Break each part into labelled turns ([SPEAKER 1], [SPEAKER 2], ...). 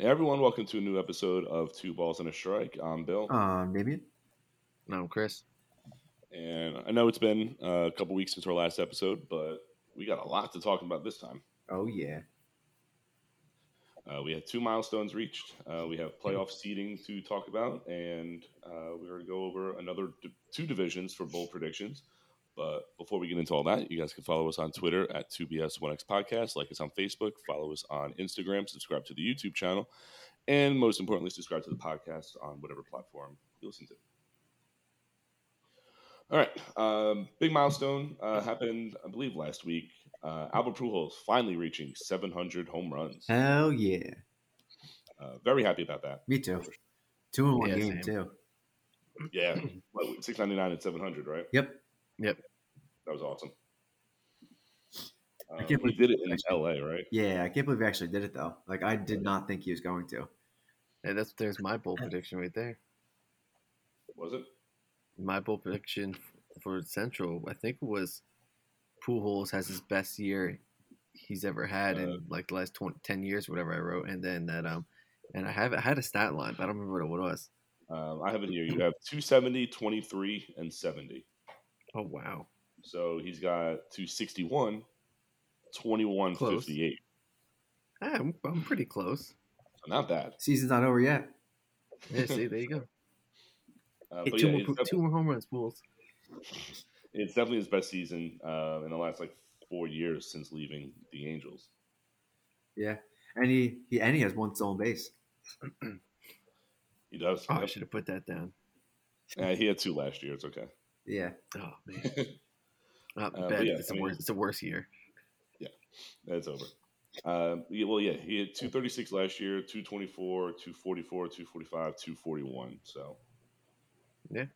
[SPEAKER 1] everyone. Welcome to a new episode of Two Balls and a Strike. I'm Bill,
[SPEAKER 2] Um, Damien.
[SPEAKER 3] No, Chris.
[SPEAKER 1] and I know it's been uh, a couple weeks since our last episode, but we got a lot to talk about this time.
[SPEAKER 2] Oh yeah.
[SPEAKER 1] Uh, we had two milestones reached. Uh, we have playoff seeding to talk about, and uh, we're going to go over another d- two divisions for bold predictions. But before we get into all that, you guys can follow us on Twitter at 2BS1X Podcast, like us on Facebook, follow us on Instagram, subscribe to the YouTube channel, and most importantly, subscribe to the podcast on whatever platform you listen to. All right, um, big milestone uh, happened, I believe, last week. Uh, Albert Pujols finally reaching 700 home runs.
[SPEAKER 2] Hell yeah.
[SPEAKER 1] Uh, very happy about that.
[SPEAKER 2] Me too. Two in one
[SPEAKER 3] Yeah,
[SPEAKER 2] game
[SPEAKER 3] same.
[SPEAKER 2] too.
[SPEAKER 3] Mm.
[SPEAKER 1] Yeah, six ninety nine and seven hundred, right?
[SPEAKER 2] Yep.
[SPEAKER 1] That was awesome. Uh,
[SPEAKER 2] I can't
[SPEAKER 1] he
[SPEAKER 2] believe-
[SPEAKER 1] did it in L.A., right?
[SPEAKER 2] Yeah, I can't believe he actually did it though. Like I did not think he was going to.
[SPEAKER 3] Hey, that's there's my bold prediction right there.
[SPEAKER 1] Was it?
[SPEAKER 3] My bold prediction for Central, I think, was Pujols has his best year he's ever had
[SPEAKER 1] Uh,
[SPEAKER 3] in like the last 20, 10 years, whatever I wrote, and then that um, and I have I had a stat line, but I don't remember what it was.
[SPEAKER 1] Um, I have it here. You have 270, 23, and 70.
[SPEAKER 3] Oh wow,
[SPEAKER 1] So he's got 261, 21,
[SPEAKER 3] Close.
[SPEAKER 1] 58.
[SPEAKER 3] Ah, I'm, I'm pretty close.
[SPEAKER 1] So not bad.
[SPEAKER 2] Season's not over yet.
[SPEAKER 3] Yeah, see, there you go.
[SPEAKER 1] Uh,
[SPEAKER 3] Hey,
[SPEAKER 1] but
[SPEAKER 3] two,
[SPEAKER 1] yeah,
[SPEAKER 3] more,
[SPEAKER 1] it's,
[SPEAKER 3] Pu-
[SPEAKER 1] def-
[SPEAKER 3] two more home runs, Pujols.
[SPEAKER 1] it's definitely his best season uh, in the last like four years since leaving the Angels.
[SPEAKER 2] Yeah. And he, he and he has one stolen base.
[SPEAKER 1] He does.
[SPEAKER 3] Oh, I
[SPEAKER 1] Yep.
[SPEAKER 3] should have put that down.
[SPEAKER 1] Uh, he had two last year. It's okay.
[SPEAKER 2] Yeah.
[SPEAKER 3] Oh man, Uh,
[SPEAKER 1] but
[SPEAKER 3] bad.
[SPEAKER 1] yeah,
[SPEAKER 3] it's,
[SPEAKER 1] I
[SPEAKER 3] a
[SPEAKER 1] mean-
[SPEAKER 3] worse, it's a worse year.
[SPEAKER 1] That's over. Um, yeah, well, yeah, he had 236 last year, 224, 244, 245, 241. So,
[SPEAKER 3] Yeah.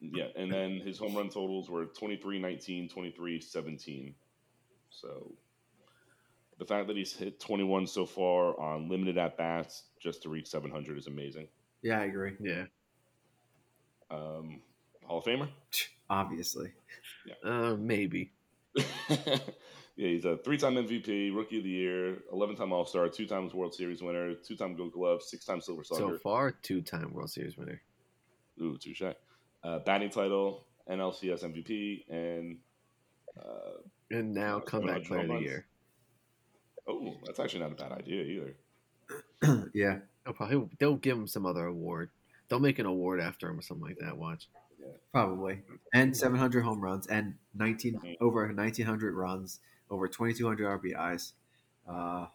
[SPEAKER 1] Yeah. And then his home run totals were 23 19, 23 17. So, the fact that he's hit 21 so far on limited at bats just to reach 700 is amazing.
[SPEAKER 2] Yeah, I agree.
[SPEAKER 3] Yeah.
[SPEAKER 1] Um, Hall of Famer?
[SPEAKER 2] Obviously.
[SPEAKER 3] Uh, maybe.
[SPEAKER 1] yeah, he's a three-time MVP, Rookie of the Year, eleven-time All-Star, two-times World Series winner, two-time Gold Glove, six-time Silver
[SPEAKER 3] So
[SPEAKER 1] Slugger.
[SPEAKER 3] far, two-time World Series winner.
[SPEAKER 1] Ooh, touche. Uh, batting title, NLCS MVP, and uh,
[SPEAKER 3] And now
[SPEAKER 1] Uh, Ronald
[SPEAKER 3] comeback player of the
[SPEAKER 1] Jones.
[SPEAKER 3] year.
[SPEAKER 1] oh, that's actually not a bad idea either.
[SPEAKER 2] yeah.
[SPEAKER 3] They'll probably they'll give him some other award. They'll make an award after him or something like that. Watch.
[SPEAKER 2] Probably. And 700 home runs and 19
[SPEAKER 3] Mm-hmm.
[SPEAKER 2] over 1900 runs, over 2200 RBIs. Uh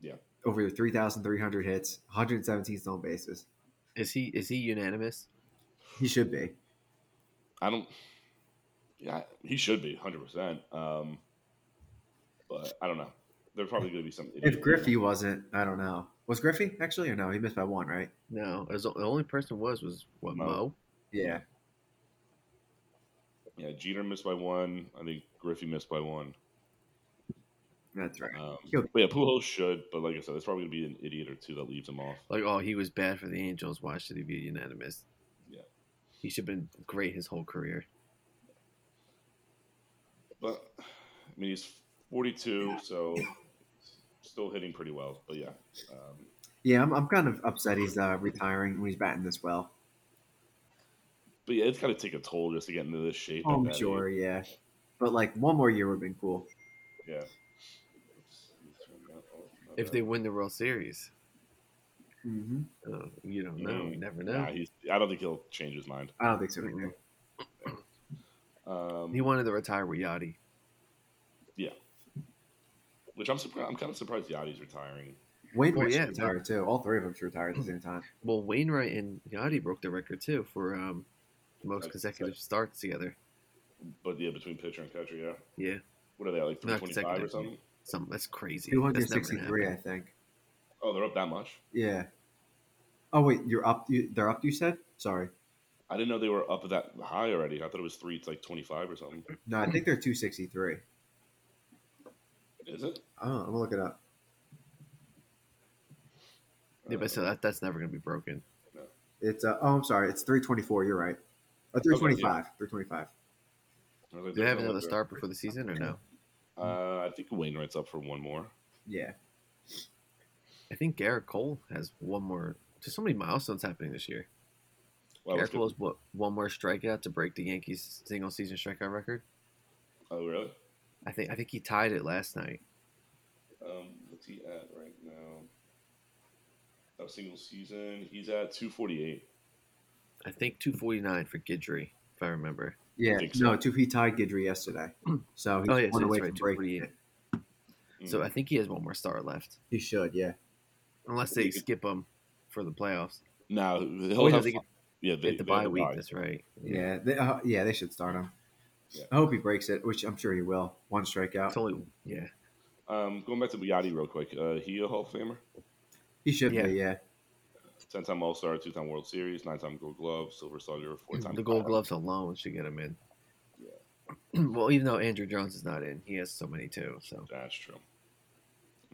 [SPEAKER 1] Yeah.
[SPEAKER 2] Over 3,300 hits, 117 stolen bases.
[SPEAKER 3] Is he is he unanimous?
[SPEAKER 2] He should be.
[SPEAKER 1] I don't. Yeah, he should be hundred percent. Um, but I don't know. There's probably going to be some. idiot.
[SPEAKER 2] If Griffey wasn't, I don't know. Was Griffey actually or no? He missed by one, right?
[SPEAKER 3] No, it was, the only person was was what
[SPEAKER 1] Mo.
[SPEAKER 3] Mo.
[SPEAKER 2] Yeah.
[SPEAKER 1] yeah, Jeter missed by one. I think Griffey missed by one.
[SPEAKER 2] That's right.
[SPEAKER 1] Um,
[SPEAKER 2] He'll-
[SPEAKER 1] but yeah, Pujols should. But like I said, there's probably going to be an idiot or two that leaves him off.
[SPEAKER 3] Like oh, he was bad for the Angels. Why should he be unanimous?
[SPEAKER 1] Yeah.
[SPEAKER 3] he should have been great his whole career.
[SPEAKER 1] But I mean, he's 42, so still hitting pretty well. But yeah, um,
[SPEAKER 2] Yeah, I'm, I'm kind of upset he's uh, retiring when he's batting this well.
[SPEAKER 1] but yeah, it's got to take a toll just to get into this shape.
[SPEAKER 3] Oh,
[SPEAKER 1] at
[SPEAKER 2] I'm
[SPEAKER 1] that
[SPEAKER 2] sure,
[SPEAKER 1] age.
[SPEAKER 2] yeah. But like one more year would have been cool.
[SPEAKER 1] Yeah.
[SPEAKER 3] If they win the World Series,
[SPEAKER 2] hmm
[SPEAKER 3] uh, you don't know.
[SPEAKER 1] Mm.
[SPEAKER 3] You never know.
[SPEAKER 1] nah, he's, I don't think he'll change his mind.
[SPEAKER 2] I don't think so.
[SPEAKER 3] Mm-mm.
[SPEAKER 2] Either.
[SPEAKER 1] Um,
[SPEAKER 3] He wanted to retire with Yachty.
[SPEAKER 1] which I'm surprised. I'm kind of surprised Yachty's retiring.
[SPEAKER 2] Wayne
[SPEAKER 3] Well,
[SPEAKER 2] Rich
[SPEAKER 3] yeah,
[SPEAKER 2] retired too. All three of them should retire at the same time.
[SPEAKER 3] Well, Wainwright and Yachty broke the record too for um, the most
[SPEAKER 1] Right,
[SPEAKER 3] consecutive starts together.
[SPEAKER 1] But yeah, between pitcher and catcher, yeah.
[SPEAKER 3] Yeah,
[SPEAKER 1] What are they like 325
[SPEAKER 3] Not
[SPEAKER 1] or
[SPEAKER 3] consecutive.
[SPEAKER 1] something?
[SPEAKER 3] something that's crazy. That's never gonna
[SPEAKER 2] 263,
[SPEAKER 3] happen.
[SPEAKER 2] I think.
[SPEAKER 1] Oh, they're up that much.
[SPEAKER 2] Yeah. Oh wait, you're up. You, they're up. You said sorry.
[SPEAKER 1] I didn't know they were up that high already. I thought it was three, like 25 or something.
[SPEAKER 2] No, I think they're 263.
[SPEAKER 1] Is it?
[SPEAKER 2] Oh, I'm gonna look it up.
[SPEAKER 3] Yeah, but
[SPEAKER 1] Uh,
[SPEAKER 3] so that, that's never going to be broken.
[SPEAKER 2] It's uh, oh, I'm sorry. It's 324. You're right. Oh, 325. 325.
[SPEAKER 1] I was like,
[SPEAKER 3] Do they have
[SPEAKER 1] there's no
[SPEAKER 3] another
[SPEAKER 1] way they're-
[SPEAKER 3] start before the season or no?
[SPEAKER 1] Uh, I think Wainwright's up for one more.
[SPEAKER 2] Yeah.
[SPEAKER 3] I think Garrett Cole has one more. There's so many milestones happening this year.
[SPEAKER 1] Wow,
[SPEAKER 3] Garrett
[SPEAKER 1] that's
[SPEAKER 3] Cole
[SPEAKER 1] good.
[SPEAKER 3] has what one more strikeout to break the Yankees' single season strikeout record.
[SPEAKER 1] Oh, really?
[SPEAKER 3] I think I think he tied it last night.
[SPEAKER 1] Um, what's he at right now? That single season, he's at 248.
[SPEAKER 3] I think 249 for Gidry, if I remember.
[SPEAKER 2] Yeah,
[SPEAKER 1] think so.
[SPEAKER 2] no, two he tied Guidry yesterday, so he's
[SPEAKER 3] Oh, yeah, so
[SPEAKER 2] one
[SPEAKER 3] that's
[SPEAKER 2] away from
[SPEAKER 3] right,
[SPEAKER 2] breaking
[SPEAKER 3] 248.
[SPEAKER 2] it.
[SPEAKER 3] So uh,
[SPEAKER 1] Mm.
[SPEAKER 3] I think he has one more start left,
[SPEAKER 2] He should, yeah.
[SPEAKER 3] unless they skip him for the playoffs.
[SPEAKER 1] now he'll
[SPEAKER 3] Oh, yeah,
[SPEAKER 1] have
[SPEAKER 3] they
[SPEAKER 1] fi- yeah, they,
[SPEAKER 3] At the
[SPEAKER 1] they have
[SPEAKER 3] bye
[SPEAKER 1] a
[SPEAKER 3] week,
[SPEAKER 1] bye.
[SPEAKER 3] that's right.
[SPEAKER 2] Yeah, they, uh, yeah, they should start him.
[SPEAKER 1] Yeah.
[SPEAKER 2] I hope he breaks it, which I'm sure he will. One strikeout,
[SPEAKER 3] It's only yeah.
[SPEAKER 1] Um, going back to Yachty real quick. Uh, he a Hall of Famer,
[SPEAKER 2] he should
[SPEAKER 3] Yeah.
[SPEAKER 2] be. Yeah,
[SPEAKER 1] ten-time All-Star, two-time World Series, nine-time Gold Glove, Silver Slugger, four-time
[SPEAKER 3] The Gold
[SPEAKER 1] Cy-
[SPEAKER 3] Gloves alone should get him in. well, even though Andrew Jones is not in, he has so many too. So
[SPEAKER 1] That's true. I'm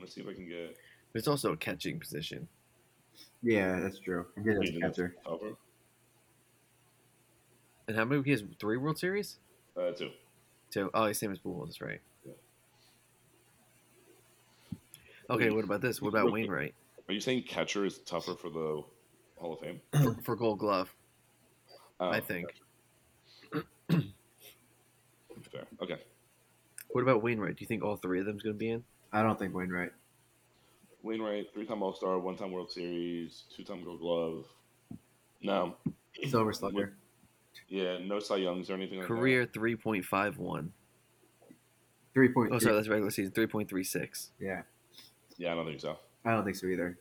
[SPEAKER 1] gonna see if I can get
[SPEAKER 3] but it's also a catching position.
[SPEAKER 2] yeah, that's true. He did as a
[SPEAKER 1] Yeah.
[SPEAKER 2] catcher.
[SPEAKER 1] cover.
[SPEAKER 3] And how many he has? Three World Series?
[SPEAKER 1] Uh, two.
[SPEAKER 3] Two. Oh, he's same as Pujols, that's right.
[SPEAKER 1] Yeah.
[SPEAKER 3] Okay, what about this? What about Wainwright
[SPEAKER 1] Are you saying catcher is tougher for the Hall of Fame?
[SPEAKER 3] for, for Gold Glove?
[SPEAKER 1] Oh,
[SPEAKER 3] I think.
[SPEAKER 1] Fair. Okay.
[SPEAKER 3] What about Wainwright? Do you think all three of them's going to be in?
[SPEAKER 2] I don't think Wainwright.
[SPEAKER 1] Wainwright, three-time All-Star, one-time World Series, two-time Gold Glove. No.
[SPEAKER 2] Silver Slugger.
[SPEAKER 1] Yeah, no Cy Youngs or anything like
[SPEAKER 3] Career three point five one.
[SPEAKER 2] Three point.
[SPEAKER 3] Oh, sorry, that's regular season three point three six.
[SPEAKER 2] Yeah,
[SPEAKER 1] that. Yeah, I don't think so.
[SPEAKER 2] I don't think so either.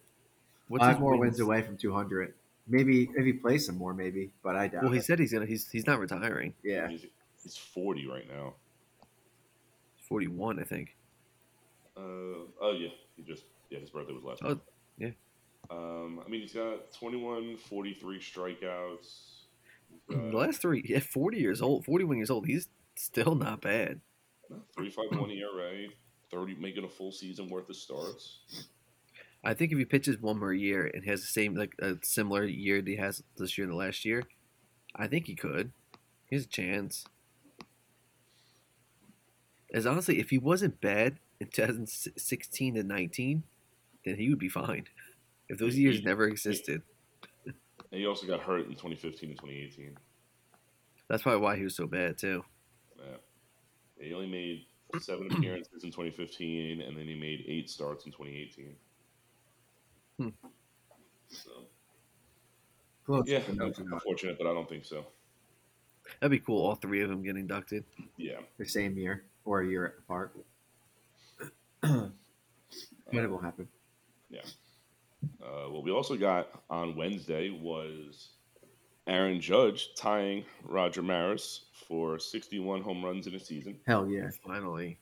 [SPEAKER 3] What's
[SPEAKER 2] Five
[SPEAKER 3] his
[SPEAKER 2] more wins away from 200. Maybe if he plays some more, maybe, but I doubt.
[SPEAKER 3] Well, he
[SPEAKER 2] it.
[SPEAKER 3] said he's gonna. He's he's not retiring.
[SPEAKER 2] Yeah,
[SPEAKER 1] He's, he's 40 right now.
[SPEAKER 3] Forty one, I think.
[SPEAKER 1] Uh, oh, yeah. He just, yeah, his birthday was last
[SPEAKER 3] Oh,
[SPEAKER 1] month.
[SPEAKER 3] yeah.
[SPEAKER 1] Um, I mean, he's got 21, 43 strikeouts. He's
[SPEAKER 3] the
[SPEAKER 1] got
[SPEAKER 3] last three at 40 years old 41 years old he's still not bad
[SPEAKER 1] 351 ERA, 30, making a full season worth of starts.
[SPEAKER 3] i think if he pitches one more year and has the same like a similar year that he has this year and the last year i think he could he has a chance as honestly if he wasn't bad in 2016 to 19 then he would be fine if those years never existed
[SPEAKER 1] And he also got hurt in 2015 and 2018.
[SPEAKER 3] that's probably why he was so bad too
[SPEAKER 1] Yeah. He only made seven appearances in 2015, and then he made eight starts in 2018.
[SPEAKER 3] Hmm.
[SPEAKER 1] So,
[SPEAKER 2] close.
[SPEAKER 1] yeah,
[SPEAKER 2] but no, it's not.
[SPEAKER 1] unfortunate, but I don't think so.
[SPEAKER 3] that'd be cool all three of them get inducted
[SPEAKER 1] Yeah.
[SPEAKER 2] the same year or a year apart, but it won't happen.
[SPEAKER 1] Uh, what we also got on Wednesday was Aaron Judge tying Roger Maris for 61 home runs in a season,
[SPEAKER 2] Hell yeah!
[SPEAKER 3] finally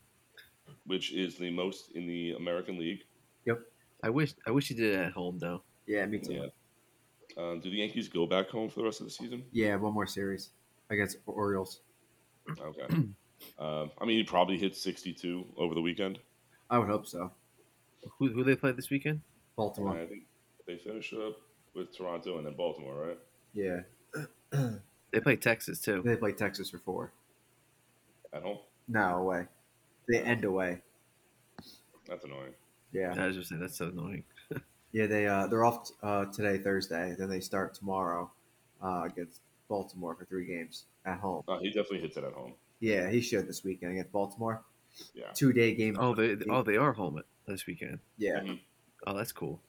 [SPEAKER 1] which is the most in the American League.
[SPEAKER 3] i wish i wish he did it at home though
[SPEAKER 2] Yeah, me too.
[SPEAKER 1] Yeah. Um, do the Yankees go back home for the rest of the season?
[SPEAKER 2] Yeah, one more series against Orioles.
[SPEAKER 1] Okay. um, I mean, he probably hit 62 over the weekend.
[SPEAKER 2] I would hope so.
[SPEAKER 3] Who who they play this weekend?
[SPEAKER 2] Baltimore.
[SPEAKER 1] I think they finish up with Toronto and then Baltimore, right?
[SPEAKER 2] Yeah,
[SPEAKER 3] They play Texas too.
[SPEAKER 2] they play Texas for four.
[SPEAKER 1] At home.
[SPEAKER 2] No away. They end away.
[SPEAKER 1] That's annoying.
[SPEAKER 2] Yeah,
[SPEAKER 3] I was just saying that's so annoying.
[SPEAKER 2] yeah. They uh, they're off uh, today, Thursday. Then they start tomorrow uh, against Baltimore for three games at home.
[SPEAKER 1] No, he definitely hits it at home.
[SPEAKER 2] Yeah, he should this weekend against Baltimore.
[SPEAKER 1] Yeah.
[SPEAKER 2] Two day game.
[SPEAKER 3] Oh, they oh they are home this weekend.
[SPEAKER 2] Yeah,
[SPEAKER 3] Oh, that's cool.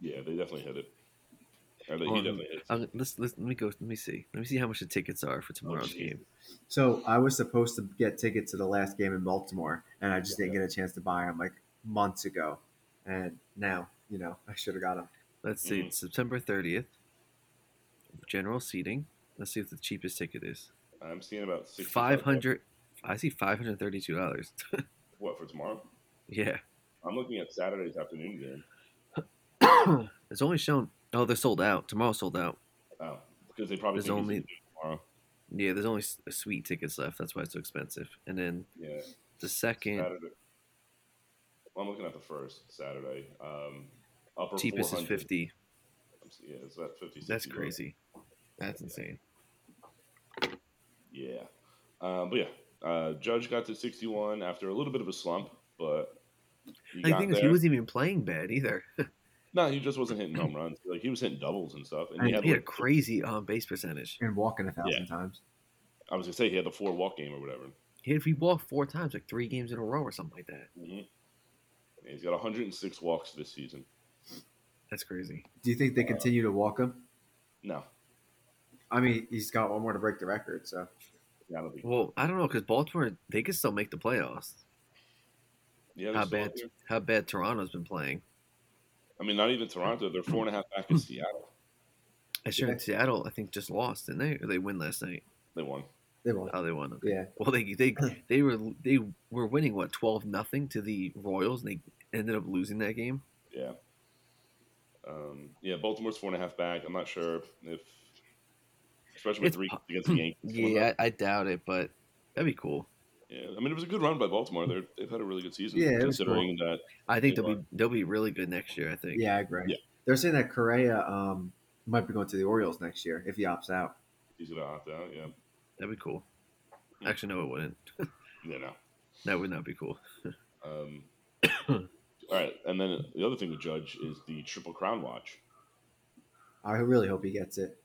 [SPEAKER 1] Yeah, they definitely hit it. Or they, he
[SPEAKER 3] Um,
[SPEAKER 1] definitely hits. it.
[SPEAKER 3] Um, let's, let's let me go. Let me see. Let me see how much the tickets are for tomorrow's
[SPEAKER 1] Oh, jeez.
[SPEAKER 3] game.
[SPEAKER 2] So I was supposed to get tickets to the last game in Baltimore, and I just didn't get a chance to buy them like months ago. And now, you know, I should have got them.
[SPEAKER 3] Let's see.
[SPEAKER 1] Mm.
[SPEAKER 3] It's September thirtieth. General seating. Let's see what the cheapest ticket is.
[SPEAKER 1] I'm seeing about 65
[SPEAKER 3] Five hundred. I see five hundred thirty-two dollars.
[SPEAKER 1] What for tomorrow?
[SPEAKER 3] yeah,
[SPEAKER 1] I'm looking at Saturday's afternoon game.
[SPEAKER 3] it's only shown. Oh, they're sold out. Tomorrow's sold out.
[SPEAKER 1] Oh, because they probably
[SPEAKER 3] There's
[SPEAKER 1] think it's
[SPEAKER 3] only-
[SPEAKER 1] tomorrow.
[SPEAKER 3] Yeah, there's only s- sweet tickets left. That's why it's so expensive. And then
[SPEAKER 1] Yeah,
[SPEAKER 3] the second
[SPEAKER 1] Saturday. Well, I'm looking at the first Saturday. Um, upper
[SPEAKER 3] cheapest is
[SPEAKER 1] 400.
[SPEAKER 3] fifty.
[SPEAKER 1] I'm see- Yeah, it's about 50.
[SPEAKER 3] That's
[SPEAKER 1] 60 bucks.
[SPEAKER 3] crazy. That's insane.
[SPEAKER 1] Yeah. uh, Um, but yeah, uh, Judge got to 61 after a little bit of a slump, but He
[SPEAKER 3] Like, the
[SPEAKER 1] got
[SPEAKER 3] thing is, he
[SPEAKER 1] there.
[SPEAKER 3] wasn't even playing bad either.
[SPEAKER 1] no, he just wasn't hitting home runs. Like he was hitting doubles and stuff. And he
[SPEAKER 2] And
[SPEAKER 1] had,
[SPEAKER 3] he had a
[SPEAKER 1] like,
[SPEAKER 3] crazy on base percentage.
[SPEAKER 2] and walking a thousand times.
[SPEAKER 1] I was gonna say he had the four walk game or whatever.
[SPEAKER 3] He if he walked four times, like three games in a row or something like that.
[SPEAKER 1] hmm He's got 106 walks this season.
[SPEAKER 3] That's crazy.
[SPEAKER 2] Do you think they continue to walk him?
[SPEAKER 1] No,
[SPEAKER 2] I mean, he's got one more to break the record, so
[SPEAKER 1] I don't think.
[SPEAKER 3] Well, I don't know because Baltimore they could still make the playoffs.
[SPEAKER 1] Yeah, they're
[SPEAKER 3] How
[SPEAKER 1] still out
[SPEAKER 3] bad?
[SPEAKER 1] there.
[SPEAKER 3] How bad Toronto's been playing.
[SPEAKER 1] I mean, not even Toronto. They're four and a half back
[SPEAKER 3] Hmm.
[SPEAKER 1] in Seattle.
[SPEAKER 3] I sure
[SPEAKER 2] Yeah.
[SPEAKER 3] Seattle. I think just lost, didn't they? Or they win last night.
[SPEAKER 1] They won.
[SPEAKER 2] they won't.
[SPEAKER 3] Oh, they won. Okay.
[SPEAKER 2] Yeah,
[SPEAKER 3] Well, they they they were they were winning what twelve nothing to the Royals, and they ended up losing that game.
[SPEAKER 1] Yeah. Um, yeah, Baltimore's four and a half back. I'm not sure if, especially with
[SPEAKER 3] It's
[SPEAKER 1] three
[SPEAKER 3] po-
[SPEAKER 1] against the Yankees. coming
[SPEAKER 3] Yeah,
[SPEAKER 1] up.
[SPEAKER 3] I, I doubt it, but that'd be cool.
[SPEAKER 1] yeah. I mean, it was a good run by Baltimore. They're, they've had a really good season.
[SPEAKER 2] Yeah, it was
[SPEAKER 1] considering that.
[SPEAKER 3] I think
[SPEAKER 1] Good
[SPEAKER 3] they'll be they'll be really good next year. I think.
[SPEAKER 2] yeah, I agree.
[SPEAKER 1] Yeah.
[SPEAKER 2] They're saying that Correa um, might be going to the Orioles next year if he opts out.
[SPEAKER 1] He's gonna opt out. Yeah.
[SPEAKER 3] that'd be cool.
[SPEAKER 1] Yeah.
[SPEAKER 3] Actually, no, it wouldn't.
[SPEAKER 1] Yeah. No.
[SPEAKER 3] That would not be cool.
[SPEAKER 1] Um, all right, and then the other thing to judge is the Triple Crown watch.
[SPEAKER 2] I really hope he gets it.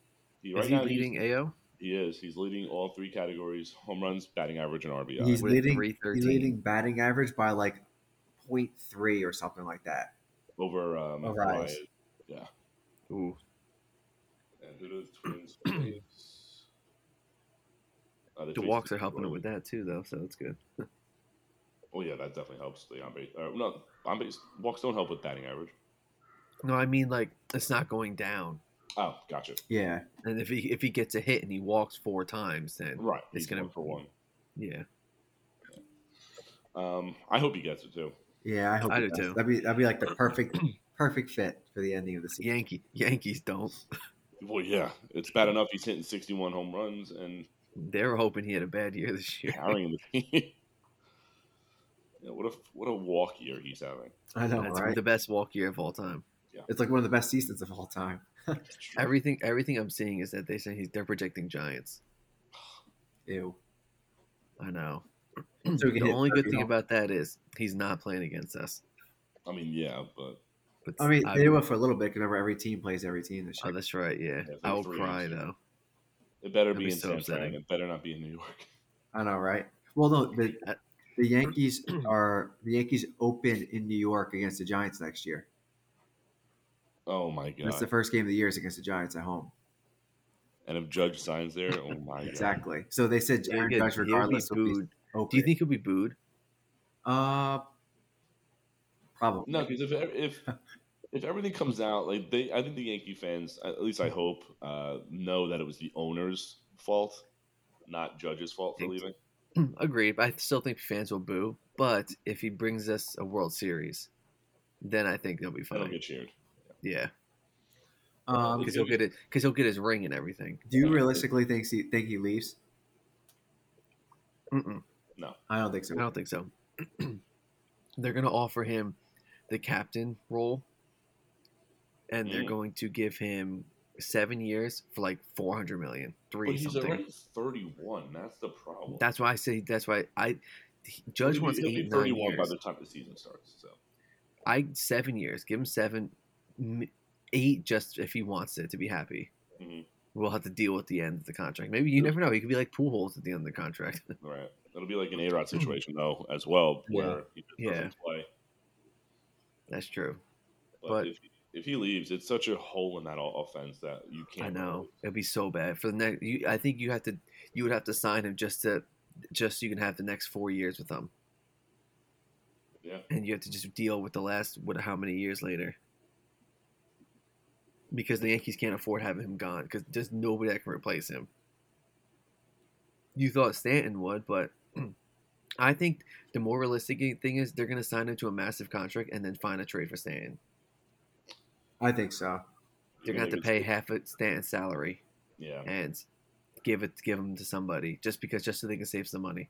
[SPEAKER 1] He,
[SPEAKER 3] Is he
[SPEAKER 1] he's-
[SPEAKER 3] leading AO?
[SPEAKER 1] He is. He's leading all three categories: home runs, batting average, and RBI.
[SPEAKER 2] He's
[SPEAKER 3] With
[SPEAKER 2] leading. He's
[SPEAKER 3] 313.
[SPEAKER 2] leading batting average by like 0.3 or something like that.
[SPEAKER 1] over um,
[SPEAKER 2] Over Arias.
[SPEAKER 1] Arias.
[SPEAKER 3] Ooh,
[SPEAKER 1] And who do the Twins face? Uh, they
[SPEAKER 3] the
[SPEAKER 1] face
[SPEAKER 3] walks are helping it
[SPEAKER 1] Royals.
[SPEAKER 3] with that too, though. So that's good.
[SPEAKER 1] Oh yeah, that definitely helps the on base. Uh, no, on base walks don't help with batting average.
[SPEAKER 3] No, I mean like it's not going down.
[SPEAKER 1] Oh, gotcha.
[SPEAKER 2] Yeah,
[SPEAKER 3] And if he if he gets a hit and he walks four times, then
[SPEAKER 1] Right,
[SPEAKER 3] It's
[SPEAKER 1] he's
[SPEAKER 3] gonna-
[SPEAKER 1] one for one.
[SPEAKER 3] yeah,
[SPEAKER 1] Um, I hope he gets it too.
[SPEAKER 2] yeah. I hope
[SPEAKER 3] I
[SPEAKER 2] he
[SPEAKER 3] do
[SPEAKER 2] does.
[SPEAKER 3] too.
[SPEAKER 2] That'd be that'd be like the perfect perfect fit for the ending of the season.
[SPEAKER 3] Yankee Yankees don't.
[SPEAKER 1] Well, yeah, it's bad enough he's hitting 61 home runs and
[SPEAKER 3] They were hoping he had a bad year this year.
[SPEAKER 1] carrying the team. yeah, what a what a walk year he's having.
[SPEAKER 2] I know,
[SPEAKER 3] That's
[SPEAKER 2] right?
[SPEAKER 3] the best walk year of all time.
[SPEAKER 2] It's like one of the best seasons of all time.
[SPEAKER 3] Everything everything I'm seeing is that they say he's they're projecting Giants.
[SPEAKER 2] Ew.
[SPEAKER 3] I know.
[SPEAKER 2] So we can
[SPEAKER 3] the
[SPEAKER 2] hit
[SPEAKER 3] only good
[SPEAKER 2] 30
[SPEAKER 3] thing
[SPEAKER 2] off.
[SPEAKER 3] about that is he's not playing against us.
[SPEAKER 1] I mean, yeah, but
[SPEAKER 3] But
[SPEAKER 2] I mean,
[SPEAKER 3] I
[SPEAKER 2] they
[SPEAKER 3] will-
[SPEAKER 2] went for a little bit. 'cause Remember, every team plays every team this
[SPEAKER 3] oh,
[SPEAKER 2] year.
[SPEAKER 3] that's right. Yeah,
[SPEAKER 1] Yeah, it's like
[SPEAKER 3] I will
[SPEAKER 1] three
[SPEAKER 3] cry
[SPEAKER 1] games.
[SPEAKER 3] though.
[SPEAKER 1] it better
[SPEAKER 3] That'd
[SPEAKER 1] be
[SPEAKER 3] be
[SPEAKER 1] in
[SPEAKER 3] so
[SPEAKER 1] San Fran.
[SPEAKER 3] upsetting.
[SPEAKER 1] It better not be in New York.
[SPEAKER 2] I know, right? Well, no, the,
[SPEAKER 3] Uh,
[SPEAKER 2] the Yankees are the Yankees open in New York against the Giants next year.
[SPEAKER 1] Oh my god!
[SPEAKER 2] That's the first game of the year is against the Giants at home.
[SPEAKER 1] and if Judge signs there, oh my god!
[SPEAKER 2] Exactly. So they said
[SPEAKER 3] He'll
[SPEAKER 2] Aaron
[SPEAKER 3] get-
[SPEAKER 2] Judge,
[SPEAKER 3] he'll be
[SPEAKER 2] regardless, will be
[SPEAKER 3] booed.
[SPEAKER 2] open.
[SPEAKER 3] Do you think he'll be booed?
[SPEAKER 2] Uh, probably.
[SPEAKER 1] No, because if if if everything comes out like they, I think the Yankee fans, at least I hope, uh, know that it was the owner's fault, not Judge's fault for
[SPEAKER 3] Thanks.
[SPEAKER 1] leaving.
[SPEAKER 3] Agreed. But I still think fans will boo. But if he brings us a World Series, then I think they'll be
[SPEAKER 1] I don't
[SPEAKER 3] fine.
[SPEAKER 1] get cheered.
[SPEAKER 3] Yeah,
[SPEAKER 2] Um,
[SPEAKER 3] because he'll get it. Because he'll get his ring and everything.
[SPEAKER 2] do you realistically think he think he leaves?
[SPEAKER 3] Mm-mm,
[SPEAKER 2] I don't think
[SPEAKER 3] I
[SPEAKER 2] so.
[SPEAKER 3] don't think so. they're gonna offer him the captain role, and they're
[SPEAKER 1] Mm.
[SPEAKER 3] going to give him seven years for like four hundred million,
[SPEAKER 1] But
[SPEAKER 3] three
[SPEAKER 1] he's
[SPEAKER 3] something.
[SPEAKER 1] already thirty-one. That's the problem.
[SPEAKER 3] That's why I say. That's why I. he-
[SPEAKER 1] He'll
[SPEAKER 3] Judge
[SPEAKER 1] be-
[SPEAKER 3] wants
[SPEAKER 1] he'll be
[SPEAKER 3] eight, nine years.
[SPEAKER 1] by the time the season starts. So
[SPEAKER 3] I seven years. Give him seven, m- eight just if he wants it to be happy.
[SPEAKER 1] Mhm.
[SPEAKER 3] We'll have to deal with the end of the contract. Maybe you never know. He could be like pool holes at the end of the contract.
[SPEAKER 1] right, it'll be like an A Rod situation though, as well,
[SPEAKER 2] Yeah.
[SPEAKER 1] where he just doesn't
[SPEAKER 3] Hmm. Yeah.
[SPEAKER 1] play.
[SPEAKER 3] That's true.
[SPEAKER 1] But,
[SPEAKER 3] But-
[SPEAKER 1] if if he leaves, it's such a hole in that o- offense that you can't.
[SPEAKER 3] I know it'd be so bad for the next. You, I think you have to. You would have to sign him just to, just so you can have the next four years with him,
[SPEAKER 1] Yeah.
[SPEAKER 3] and you have to just deal with the last what how many years later. Because the Yankees can't afford having him gone. Because there's nobody that can replace him. You thought Stanton would, but I think the more realistic thing is they're going to sign him to a massive contract and then find a trade for Stanton.
[SPEAKER 2] I think so.
[SPEAKER 3] They're going to have to pay half of Stanton's salary
[SPEAKER 1] Yeah.
[SPEAKER 3] and give it give them to somebody just because just so they can save some money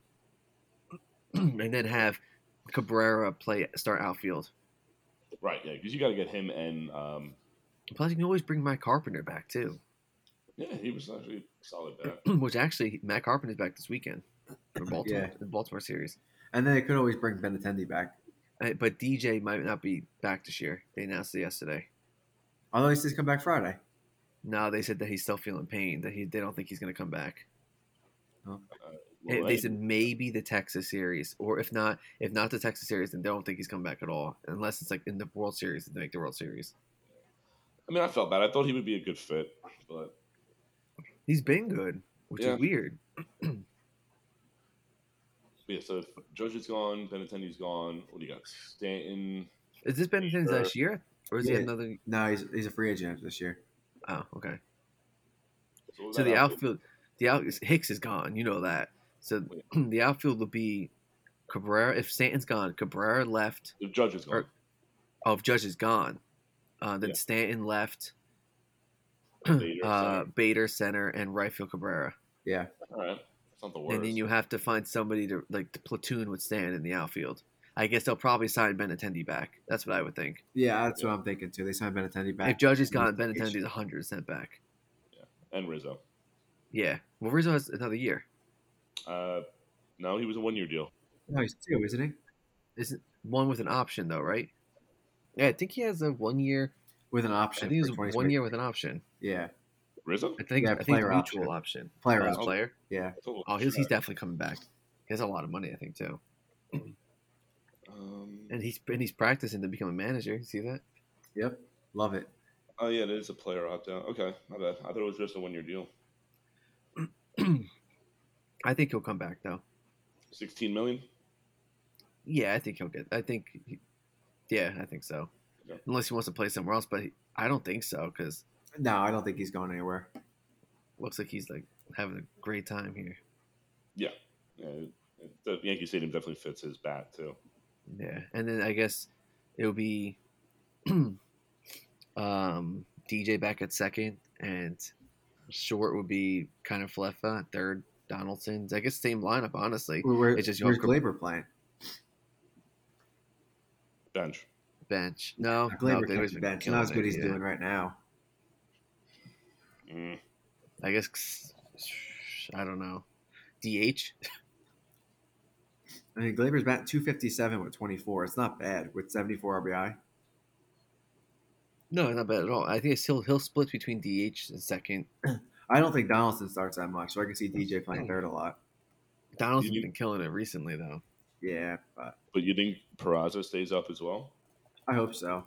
[SPEAKER 3] and then have cabrera play start outfield
[SPEAKER 1] Right, yeah, because you got to get him and um,
[SPEAKER 3] plus you can always bring matt carpenter back too
[SPEAKER 1] yeah, he was actually a solid back.
[SPEAKER 3] which actually matt carpenter's back this weekend for baltimore
[SPEAKER 2] Yeah.
[SPEAKER 3] the baltimore series
[SPEAKER 2] And then they could always bring Benatendi back.
[SPEAKER 3] Uh, But DJ might not be back this year. They announced it yesterday.
[SPEAKER 2] Although he says come back Friday.
[SPEAKER 3] No, they said that he's still feeling pain. That he they don't think he's going to come back. Eh,
[SPEAKER 1] Well,
[SPEAKER 3] they
[SPEAKER 1] hey,
[SPEAKER 3] said maybe the Texas series, or if not, if not the Texas series, then they don't think he's coming back at all, unless it's like in the World Series to make the World Series.
[SPEAKER 1] I mean, I felt bad. I thought he would be a good fit, but
[SPEAKER 3] He's been good, which
[SPEAKER 1] Yeah.
[SPEAKER 3] is weird.
[SPEAKER 1] yeah. So if Judge is gone, Benintendi's gone. What do you got? Stanton.
[SPEAKER 3] Is this Ben Simmons
[SPEAKER 1] Sure.
[SPEAKER 3] last year, or is he
[SPEAKER 2] Yeah.
[SPEAKER 3] another?
[SPEAKER 2] No, he's, he's a free agent after this year.
[SPEAKER 3] Oh, okay.
[SPEAKER 1] So,
[SPEAKER 3] So the outfield, the out Hicks is gone. You know that. So the outfield will be Cabrera. If Stanton's gone, Cabrera left.
[SPEAKER 1] The Judge is gone.
[SPEAKER 3] Or- Oh, if Judge is gone, uh, then
[SPEAKER 1] Yeah.
[SPEAKER 3] Stanton left.
[SPEAKER 1] Bader,
[SPEAKER 3] uh,
[SPEAKER 1] center.
[SPEAKER 3] Bader center and Rightfield Cabrera,
[SPEAKER 2] Yeah.
[SPEAKER 1] All right. That's not the worst.
[SPEAKER 3] and then you have to find somebody to like to platoon with Stanton in the outfield. I guess they'll probably sign Benintendi back. That's what I would think.
[SPEAKER 2] Yeah, that's what I'm thinking too. They signed Benintendi back.
[SPEAKER 3] If Judge is gone,
[SPEAKER 2] Yeah.
[SPEAKER 3] Benintendi's 100 percent back.
[SPEAKER 1] and Rizzo.
[SPEAKER 3] Yeah, well Rizzo has another year.
[SPEAKER 1] Uh, no, he was a one-year deal.
[SPEAKER 2] no, he's two, isn't he?
[SPEAKER 3] Isn't one with an option though, right? Yeah, I think he has a one year.
[SPEAKER 2] With an
[SPEAKER 3] I
[SPEAKER 2] option.
[SPEAKER 3] think he's
[SPEAKER 2] for 20
[SPEAKER 3] one year with an option.
[SPEAKER 2] Yeah,
[SPEAKER 1] Rizzo.
[SPEAKER 3] I think
[SPEAKER 2] Yeah,
[SPEAKER 3] I think it's
[SPEAKER 2] player
[SPEAKER 3] a mutual option.
[SPEAKER 2] player.
[SPEAKER 3] Oh,
[SPEAKER 2] option.
[SPEAKER 3] player.
[SPEAKER 2] Yeah,
[SPEAKER 1] That's a little
[SPEAKER 3] Oh, he's, he's
[SPEAKER 1] sad.
[SPEAKER 3] definitely coming back. He has a lot of money, I think too,
[SPEAKER 1] Um,
[SPEAKER 3] and he's and he's practicing to become a manager. See that?
[SPEAKER 2] love it.
[SPEAKER 1] oh yeah, it is a player opt out. Okay, my bad. I thought it was just a one-year deal.
[SPEAKER 3] I think he'll come back though.
[SPEAKER 1] Sixteen million.
[SPEAKER 3] Yeah, I think he'll get. I think, he, yeah, I think so.
[SPEAKER 1] Okay.
[SPEAKER 3] Unless he wants to play somewhere else, but he, I don't think so because
[SPEAKER 2] No, I don't think he's going anywhere.
[SPEAKER 3] looks like he's like having a great time here.
[SPEAKER 1] Yeah, the Yankee Stadium definitely fits his bat too.
[SPEAKER 3] Yeah, and then I guess it'll be um, DJ back at second, and short would be kind of Flefa at third. Donaldson's, I guess, same lineup. Honestly,
[SPEAKER 2] Where, where,
[SPEAKER 3] It's just
[SPEAKER 2] where's
[SPEAKER 3] Yorker-
[SPEAKER 2] Glaber playing?
[SPEAKER 1] Bench.
[SPEAKER 3] bench. No, no,
[SPEAKER 2] Glaber kept
[SPEAKER 3] Glaber's
[SPEAKER 2] the
[SPEAKER 3] been
[SPEAKER 2] bench.
[SPEAKER 3] killing
[SPEAKER 2] Not as good
[SPEAKER 3] it,
[SPEAKER 2] as he's
[SPEAKER 3] yeah.
[SPEAKER 2] doing right now.
[SPEAKER 1] Mm.
[SPEAKER 3] I guess I don't know. DH.
[SPEAKER 2] I mean, Glaber's batting 257 with 24. It's not bad with 74 RBI.
[SPEAKER 3] No, not bad at all. I think it's he'll he'll split between DH and second.
[SPEAKER 2] I don't think Donaldson starts that much, so I can see DJ playing third a lot.
[SPEAKER 3] Donaldson's
[SPEAKER 1] You-
[SPEAKER 3] been killing it recently though.
[SPEAKER 2] Yeah, but
[SPEAKER 1] But you think Peraza stays up as well?
[SPEAKER 2] I hope so.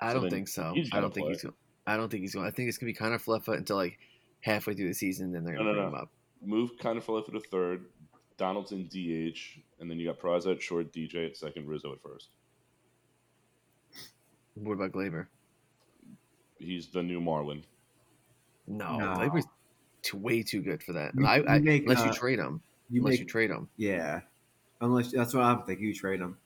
[SPEAKER 3] I
[SPEAKER 1] So
[SPEAKER 3] don't
[SPEAKER 1] then
[SPEAKER 3] think so.
[SPEAKER 1] he's
[SPEAKER 3] I
[SPEAKER 1] gotta
[SPEAKER 3] don't think
[SPEAKER 1] play.
[SPEAKER 3] he's. Gonna, I don't think he's going. I think it's gonna be kind of fluffa until like halfway through the season. Then they're
[SPEAKER 1] No,
[SPEAKER 3] gonna
[SPEAKER 1] no,
[SPEAKER 3] bring
[SPEAKER 1] no.
[SPEAKER 3] him up.
[SPEAKER 1] Move kind of for life at a third, Donaldson DH, and then you got Peraza at short, DJ at second, Rizzo at first.
[SPEAKER 3] What about Glaber?
[SPEAKER 1] He's the new Marlin.
[SPEAKER 3] No,
[SPEAKER 2] No.
[SPEAKER 3] Glaber's too, way too good for that.
[SPEAKER 2] You-
[SPEAKER 3] I,
[SPEAKER 2] you
[SPEAKER 3] I,
[SPEAKER 2] make,
[SPEAKER 3] unless
[SPEAKER 2] uh,
[SPEAKER 3] you trade him.
[SPEAKER 2] You
[SPEAKER 3] unless
[SPEAKER 2] make,
[SPEAKER 3] you trade him
[SPEAKER 2] yeah. Unless that's what I'm thinking. You trade him.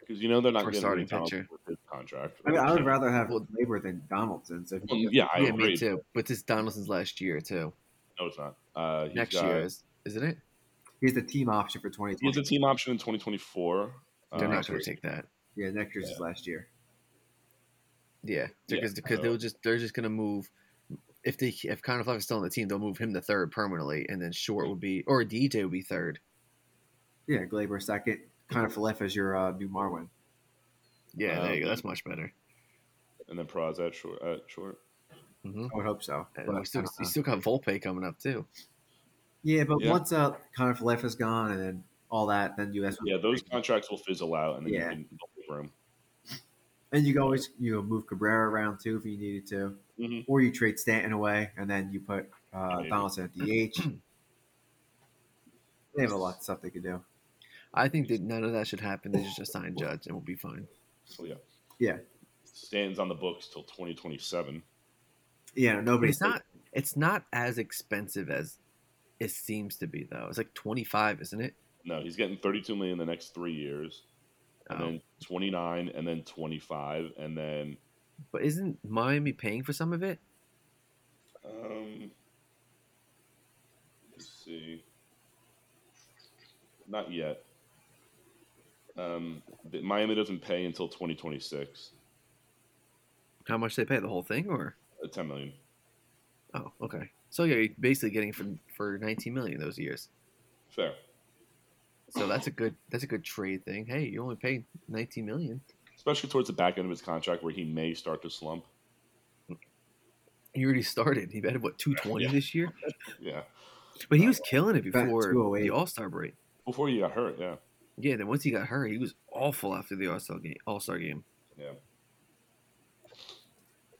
[SPEAKER 1] Because you know they're not
[SPEAKER 3] For
[SPEAKER 1] getting
[SPEAKER 3] starting
[SPEAKER 1] any talent
[SPEAKER 3] pitcher.
[SPEAKER 1] with his contract.
[SPEAKER 2] I mean, I would rather have
[SPEAKER 3] Well-
[SPEAKER 2] Glaber than Donaldson. So if
[SPEAKER 1] Um, yeah, I
[SPEAKER 3] yeah,
[SPEAKER 1] agree.
[SPEAKER 3] me too. But this Donaldson's last year too.
[SPEAKER 1] No, it's not. Uh, he's
[SPEAKER 3] Next
[SPEAKER 1] got-
[SPEAKER 3] year is isn't it?
[SPEAKER 2] He's the team option for
[SPEAKER 1] he has
[SPEAKER 2] 2020.
[SPEAKER 1] a team option in 2024.
[SPEAKER 3] They're
[SPEAKER 1] Uh,
[SPEAKER 3] not gonna take that.
[SPEAKER 2] yeah, next year's his last year.
[SPEAKER 3] Yeah,
[SPEAKER 1] Yeah,
[SPEAKER 3] because because
[SPEAKER 1] so-
[SPEAKER 3] they'll just they're just gonna move. If they if Connor Fluff is still on the team, they'll move him to third permanently, and then
[SPEAKER 1] Hmm.
[SPEAKER 3] Short would be or DJ would be third.
[SPEAKER 2] Yeah, Glaber second. Kind of Falefa as your uh, new Marwin.
[SPEAKER 3] Yeah, there you go.
[SPEAKER 1] Um,
[SPEAKER 3] That's much better.
[SPEAKER 1] and then Peraza at short. At short.
[SPEAKER 3] hmm
[SPEAKER 2] I would hope so.
[SPEAKER 3] And
[SPEAKER 2] But uh,
[SPEAKER 3] we still,
[SPEAKER 2] I
[SPEAKER 3] you
[SPEAKER 2] don't know.
[SPEAKER 3] still got Volpe coming up too.
[SPEAKER 2] yeah, but
[SPEAKER 1] Yeah.
[SPEAKER 2] once uh, Connor Falefa is gone and then all that, then you that's
[SPEAKER 1] Yeah, those contracts will fizzle out, and then
[SPEAKER 2] Oh, Yeah.
[SPEAKER 1] you can build room.
[SPEAKER 2] and you can always you know move Cabrera around too if you needed to,
[SPEAKER 1] Mhm.
[SPEAKER 2] or you trade Stanton away and then you put uh,
[SPEAKER 1] Maybe.
[SPEAKER 2] Donaldson at DH. they have a lot of stuff they could do.
[SPEAKER 3] I think that none of that should happen. They just assign Judge and we'll be fine.
[SPEAKER 1] So yeah.
[SPEAKER 2] Yeah.
[SPEAKER 1] Stands on the books till 2027.
[SPEAKER 2] Yeah,
[SPEAKER 3] But
[SPEAKER 2] nobody's
[SPEAKER 3] it's not it's not as expensive as it seems to be though. It's like twenty five, isn't it?
[SPEAKER 1] No, he's getting 32 million the next three years, and
[SPEAKER 3] Um,
[SPEAKER 1] then 29, and then 25, and then
[SPEAKER 3] but isn't Miami paying for some of it?
[SPEAKER 1] um, let's see, not yet. Um, the- Miami doesn't pay until 2026.
[SPEAKER 3] How much they pay the whole thing, or
[SPEAKER 1] Uh, 10 million.
[SPEAKER 3] oh, okay. So yeah, you're basically getting for for nineteen million those years.
[SPEAKER 1] Fair.
[SPEAKER 3] So that's a good that's a good trade thing. Hey, you only paid 19 million.
[SPEAKER 1] especially towards the back end of his contract where he may start to slump.
[SPEAKER 3] He already started. He batted what 220
[SPEAKER 1] Yeah.
[SPEAKER 3] this year,
[SPEAKER 1] Yeah,
[SPEAKER 3] but he was killing it
[SPEAKER 2] Back
[SPEAKER 3] before
[SPEAKER 2] 208.
[SPEAKER 3] the All Star break.
[SPEAKER 1] before he got hurt. Yeah,
[SPEAKER 3] Yeah, then once he got hurt, he was awful after the All Star game. All Star game.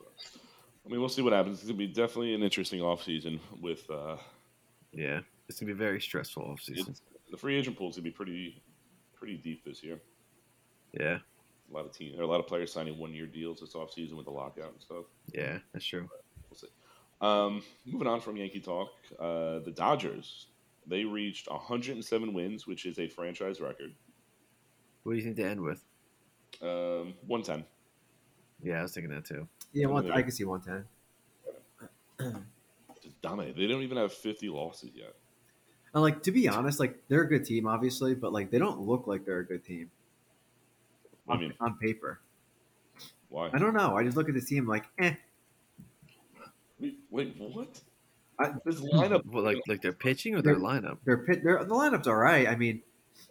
[SPEAKER 1] I mean, we'll see what happens. It's gonna be definitely an interesting offseason with uh,
[SPEAKER 3] Yeah, it's gonna be a very stressful offseason.
[SPEAKER 1] the free agent pool's gonna be pretty, pretty deep this year.
[SPEAKER 3] Yeah,
[SPEAKER 1] A lot of team, or a lot of players signing one year deals this offseason with the lockout and stuff.
[SPEAKER 3] yeah, that's true.
[SPEAKER 1] We'll see. Um, moving on from Yankee talk, uh, the Dodgers they reached 107 wins, which is a franchise record.
[SPEAKER 3] What do you think to end with?
[SPEAKER 1] Um, 110.
[SPEAKER 3] Yeah, I was thinking that too.
[SPEAKER 2] Yeah, one, I can see 110.
[SPEAKER 1] Just dominate. They don't even have 50 losses yet.
[SPEAKER 2] And like to be honest, like they're a good team, obviously, but like they don't look like they're a good team
[SPEAKER 1] I
[SPEAKER 2] on,
[SPEAKER 1] mean,
[SPEAKER 2] on paper.
[SPEAKER 1] why?
[SPEAKER 2] I don't know. I just look at this team like, eh.
[SPEAKER 1] Wait, wait, what?
[SPEAKER 2] I-
[SPEAKER 1] this lineup.
[SPEAKER 3] Well, like like their pitching or their
[SPEAKER 2] They're-
[SPEAKER 3] lineup.
[SPEAKER 2] Their pit, their the lineup's all right. I mean,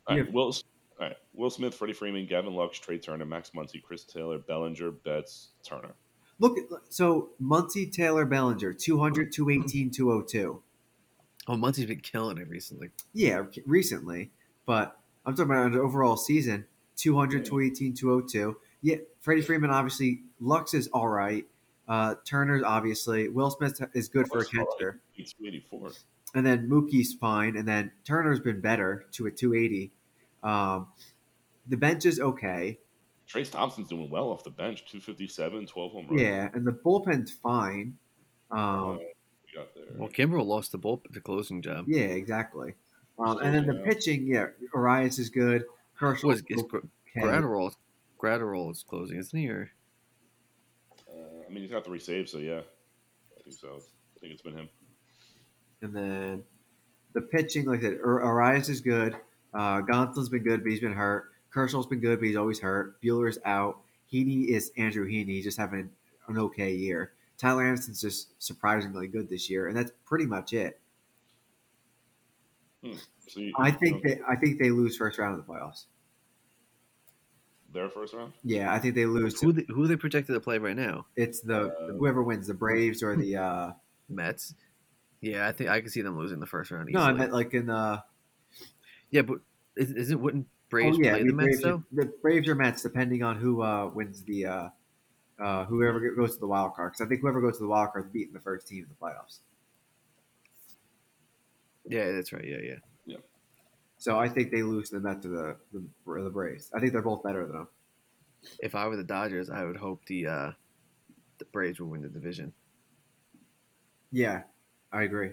[SPEAKER 1] All right,
[SPEAKER 2] yeah.
[SPEAKER 1] Will, all right, Will Smith, Freddie Freeman, Gavin Lux, Trey Turner, Max Muncy, Chris Taylor, Bellinger, Betts, Turner.
[SPEAKER 2] look at so Muncie Taylor Bellinger 200, 218, 202.
[SPEAKER 3] Oh, Muncie's been killing it recently.
[SPEAKER 2] Yeah, recently, but I'm talking about an overall season 200, 218, 202. Yeah, Freddie Freeman, obviously. Lux is all right. Uh, Turner's obviously. Will Smith is good for a
[SPEAKER 1] Lux is all right.
[SPEAKER 2] catcher.
[SPEAKER 1] He's 284.
[SPEAKER 2] and then Mookie's fine, and then Turner's been better to a 280. Um, the bench is okay,
[SPEAKER 1] Trace Thompson's doing well off the bench, 257, 12 home runs.
[SPEAKER 2] yeah, and the bullpen's fine.
[SPEAKER 1] Uh,
[SPEAKER 2] Um,
[SPEAKER 1] we got there.
[SPEAKER 3] Well, Kimbrel lost the bull the closing job.
[SPEAKER 2] yeah, exactly. Um, and then the pitching, yeah, Arias is good. Kershaw
[SPEAKER 3] Was
[SPEAKER 2] is
[SPEAKER 3] is Gr-
[SPEAKER 2] okay.
[SPEAKER 3] Gratterall Gratterall is closing, isn't he? Or
[SPEAKER 1] Uh, I mean, he's got three saves, so yeah. I think so. I think it's been him.
[SPEAKER 2] and then the pitching, like I said, Ar- Arias is good. Uh, Gonsolin's been good, but he's been hurt. Kershaw's been good, but he's always hurt. Bueller's out. Heaney is Andrew Heaney. He's just having an okay year. Tyler Anderson's just surprisingly good this year, and that's pretty much it.
[SPEAKER 1] So you-
[SPEAKER 2] I
[SPEAKER 1] you
[SPEAKER 2] think
[SPEAKER 1] know,
[SPEAKER 2] they, I think they lose first round of the playoffs.
[SPEAKER 1] their first round.
[SPEAKER 2] Yeah, I think they lose.
[SPEAKER 3] who
[SPEAKER 2] To,
[SPEAKER 3] they, who they projected to play right now?
[SPEAKER 2] it's the whoever wins, the Braves or the. Uh,
[SPEAKER 3] Mets. Yeah, I think I could see them losing the first round.
[SPEAKER 2] no, I
[SPEAKER 3] Easily.
[SPEAKER 2] meant like in uh, the.
[SPEAKER 3] yeah, but is, is it wouldn't Braves
[SPEAKER 2] oh yeah,
[SPEAKER 3] play
[SPEAKER 2] the
[SPEAKER 3] the Mets
[SPEAKER 2] Braves,
[SPEAKER 3] though?
[SPEAKER 2] or, the Braves or Mets, depending on who uh, wins the. Uh, uh, whoever goes to the wild card, because I think whoever goes to the wild card is beating the first team in the playoffs.
[SPEAKER 3] Yeah, that's right. Yeah, yeah.
[SPEAKER 2] So I think they lose to the Mets to the, the or the Braves. I think they're both better than them.
[SPEAKER 3] If I were the Dodgers, I would hope the uh, the Braves would win the division.
[SPEAKER 2] Yeah, I agree.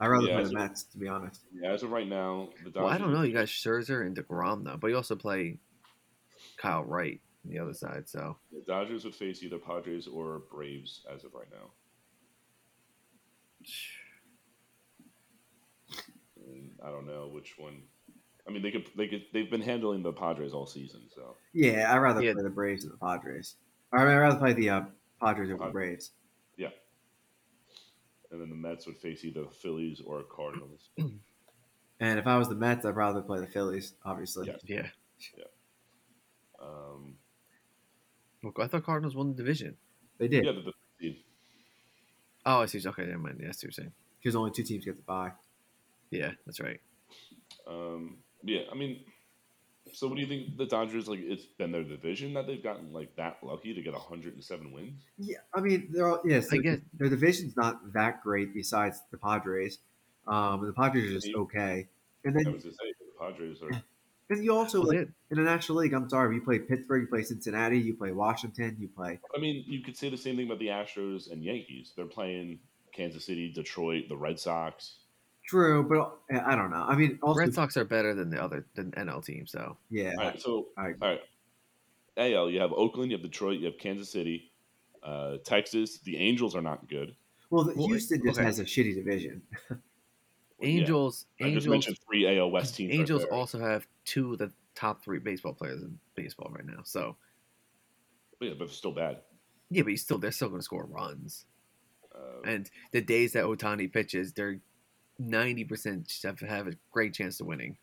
[SPEAKER 2] I'd rather
[SPEAKER 1] Yeah,
[SPEAKER 2] play
[SPEAKER 1] so-
[SPEAKER 2] the Mets to be honest.
[SPEAKER 1] Yeah, as of right now, the Dodgers.
[SPEAKER 3] Well, I don't know. You got Scherzer and Degrom though, but you also play Kyle Wright on the other side. So
[SPEAKER 1] The Dodgers would face either Padres or Braves as of right now. And I don't know which one. I mean, they could they could they've been handling the Padres all season, so
[SPEAKER 2] Yeah, I'd rather
[SPEAKER 3] Yeah.
[SPEAKER 2] play the Braves than the Padres. Or I mean, I'd rather play the uh, Padres over the
[SPEAKER 1] Padres.
[SPEAKER 2] Braves.
[SPEAKER 1] and then the Mets would face either the Phillies or Cardinals.
[SPEAKER 2] And if I was the Mets, I'd rather play the Phillies, obviously.
[SPEAKER 1] Yeah.
[SPEAKER 3] yeah,
[SPEAKER 1] Um,
[SPEAKER 3] Look, I thought Cardinals won the division.
[SPEAKER 2] They
[SPEAKER 1] yeah,
[SPEAKER 2] did
[SPEAKER 1] the, the seed.
[SPEAKER 3] Oh, I see. Okay, never mind. Yeah, I see what you're saying.
[SPEAKER 2] because only two teams get the bye.
[SPEAKER 3] Yeah, that's right.
[SPEAKER 1] Um, yeah, I mean, so what do you think the Dodgers like? It's been their division that they've gotten like that lucky to get 107 wins.
[SPEAKER 2] Yeah, I mean they're all yes.
[SPEAKER 3] I
[SPEAKER 2] their-
[SPEAKER 3] guess-
[SPEAKER 2] their division's not that great besides the Padres. Um, the Padres are just okay. And
[SPEAKER 1] I
[SPEAKER 2] then
[SPEAKER 1] was just saying the Padres are.
[SPEAKER 2] and you also
[SPEAKER 3] Well,
[SPEAKER 2] like
[SPEAKER 3] they-
[SPEAKER 2] in the National League. I'm sorry, you play Pittsburgh, you play Cincinnati, you play Washington, you play
[SPEAKER 1] I mean, you could say the same thing about the Astros and Yankees. They're playing Kansas City, Detroit, the Red Sox.
[SPEAKER 2] True, but uh, I don't know. I mean, also,
[SPEAKER 3] Red Sox are better than the other than NL team. So
[SPEAKER 2] yeah,
[SPEAKER 1] All right, so
[SPEAKER 2] I agree.
[SPEAKER 1] all right, AL, you have Oakland, you have Detroit, you have Kansas City, uh, Texas. The Angels are not good.
[SPEAKER 2] Well, the
[SPEAKER 3] Well,
[SPEAKER 2] Houston just
[SPEAKER 3] okay.
[SPEAKER 2] has a shitty division.
[SPEAKER 1] Well, yeah.
[SPEAKER 3] Angels,
[SPEAKER 1] I just
[SPEAKER 3] Angels,
[SPEAKER 1] mentioned three AL West teams. right
[SPEAKER 3] Angels
[SPEAKER 1] there.
[SPEAKER 3] also have two of the top three baseball players in baseball right now. So
[SPEAKER 1] yeah, but they're still bad.
[SPEAKER 3] yeah, but you still they're still going to score runs.
[SPEAKER 1] Uh,
[SPEAKER 3] And the days that Otani pitches, they're ninety percent have have a great chance of winning.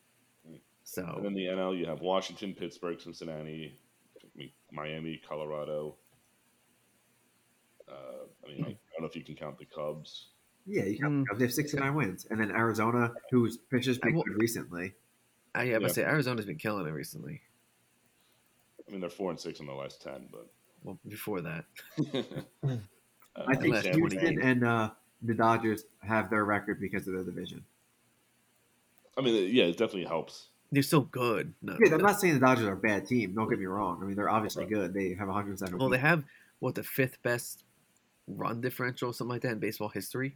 [SPEAKER 1] And
[SPEAKER 3] So
[SPEAKER 1] then the NL, you have Washington, Pittsburgh, Cincinnati, Miami, Colorado. Uh, I
[SPEAKER 2] Hmm.
[SPEAKER 1] mean, I don't know if you can count the Cubs.
[SPEAKER 2] Yeah, you can, they have 69 wins. And then Arizona, who's pitcher's been
[SPEAKER 3] Mm. Well-
[SPEAKER 2] good recently.
[SPEAKER 3] I have
[SPEAKER 1] Yeah.
[SPEAKER 3] to say Arizona's been killing it recently.
[SPEAKER 1] I mean, they're four and six in the last ten, but
[SPEAKER 3] Well, before that,
[SPEAKER 1] Uh,
[SPEAKER 2] Hmm. I think
[SPEAKER 3] last
[SPEAKER 1] San
[SPEAKER 3] 28.
[SPEAKER 2] Houston
[SPEAKER 1] Fran-
[SPEAKER 2] and uh, the Dodgers have their record because of their division.
[SPEAKER 1] I mean, yeah, it definitely helps.
[SPEAKER 3] they're still good. No,
[SPEAKER 2] Yeah, I'm
[SPEAKER 3] no.
[SPEAKER 2] not saying the Dodgers are a bad team. Don't get me wrong. I mean, they're obviously good. They have 107.
[SPEAKER 3] Well, they
[SPEAKER 2] wins.
[SPEAKER 3] have what the fifth best run differential, something like that, in baseball history.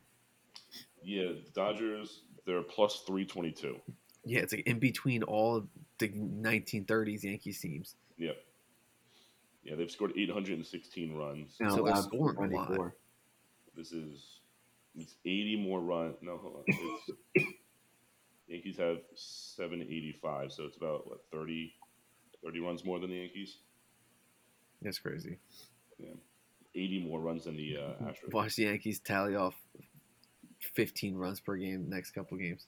[SPEAKER 1] Yeah, the Dodgers, they're plus three twenty two.
[SPEAKER 3] Yeah, it's like in between all of the 1930s Yankees teams.
[SPEAKER 1] Yep. Yeah, they've scored eight hundred and sixteen runs.
[SPEAKER 2] And
[SPEAKER 3] so they're
[SPEAKER 2] allowed
[SPEAKER 3] scoring a lot.
[SPEAKER 2] 94.
[SPEAKER 1] This is it's eighty more run. No, hold on. It's, Yankees have seven eighty five, so it's about what 30, 30 runs more than the Yankees.
[SPEAKER 3] That's crazy.
[SPEAKER 1] Eighty more runs than the uh, Astros.
[SPEAKER 3] Watch the Yankees tally off 15 runs per game the next couple games.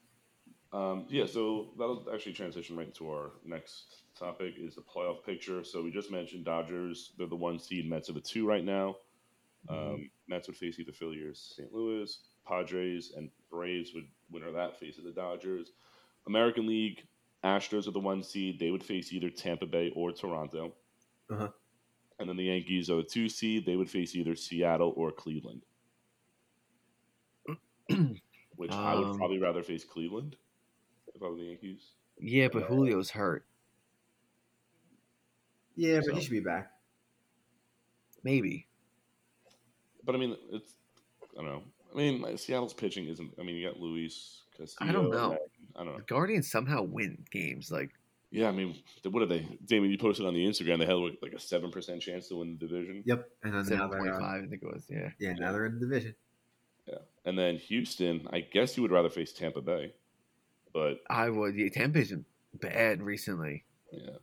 [SPEAKER 1] Um, yeah, so that'll actually transition right into our next topic is the playoff picture. So we just mentioned Dodgers; they're the one seed. Mets are the two right now. Um, Mets would face either Philly or St. Louis. Padres and Braves would winner of that face of the Dodgers. American League Astros are the one seed. They would face either Tampa Bay or Toronto.
[SPEAKER 2] Uh-huh.
[SPEAKER 1] And then the Yankees are the two seed. They would face either Seattle or Cleveland. Which I would
[SPEAKER 3] Um,
[SPEAKER 1] probably rather face Cleveland if I were the Yankees.
[SPEAKER 3] Yeah, but Julio's hurt.
[SPEAKER 2] Yeah, but
[SPEAKER 1] So-
[SPEAKER 2] he should be back.
[SPEAKER 3] Maybe.
[SPEAKER 1] But I mean, it's I don't know. I mean, like, Seattle's pitching isn't. I mean, you got Luis Castillo. and-
[SPEAKER 3] know.
[SPEAKER 1] I don't
[SPEAKER 3] The
[SPEAKER 1] know.
[SPEAKER 3] Guardians somehow win games. Like,
[SPEAKER 1] Yeah, I mean, th- what are they? Damon, you posted on the Instagram. They had like, like a seven percent chance to win the division.
[SPEAKER 2] Yep. And then now they're,
[SPEAKER 3] 7.5,
[SPEAKER 2] uh,
[SPEAKER 3] I think it was. Yeah.
[SPEAKER 2] yeah, now they're in the division.
[SPEAKER 1] And then Houston, I guess you would rather face Tampa Bay, but
[SPEAKER 3] I would. Yeah, Tampa's been bad recently.
[SPEAKER 1] yeah.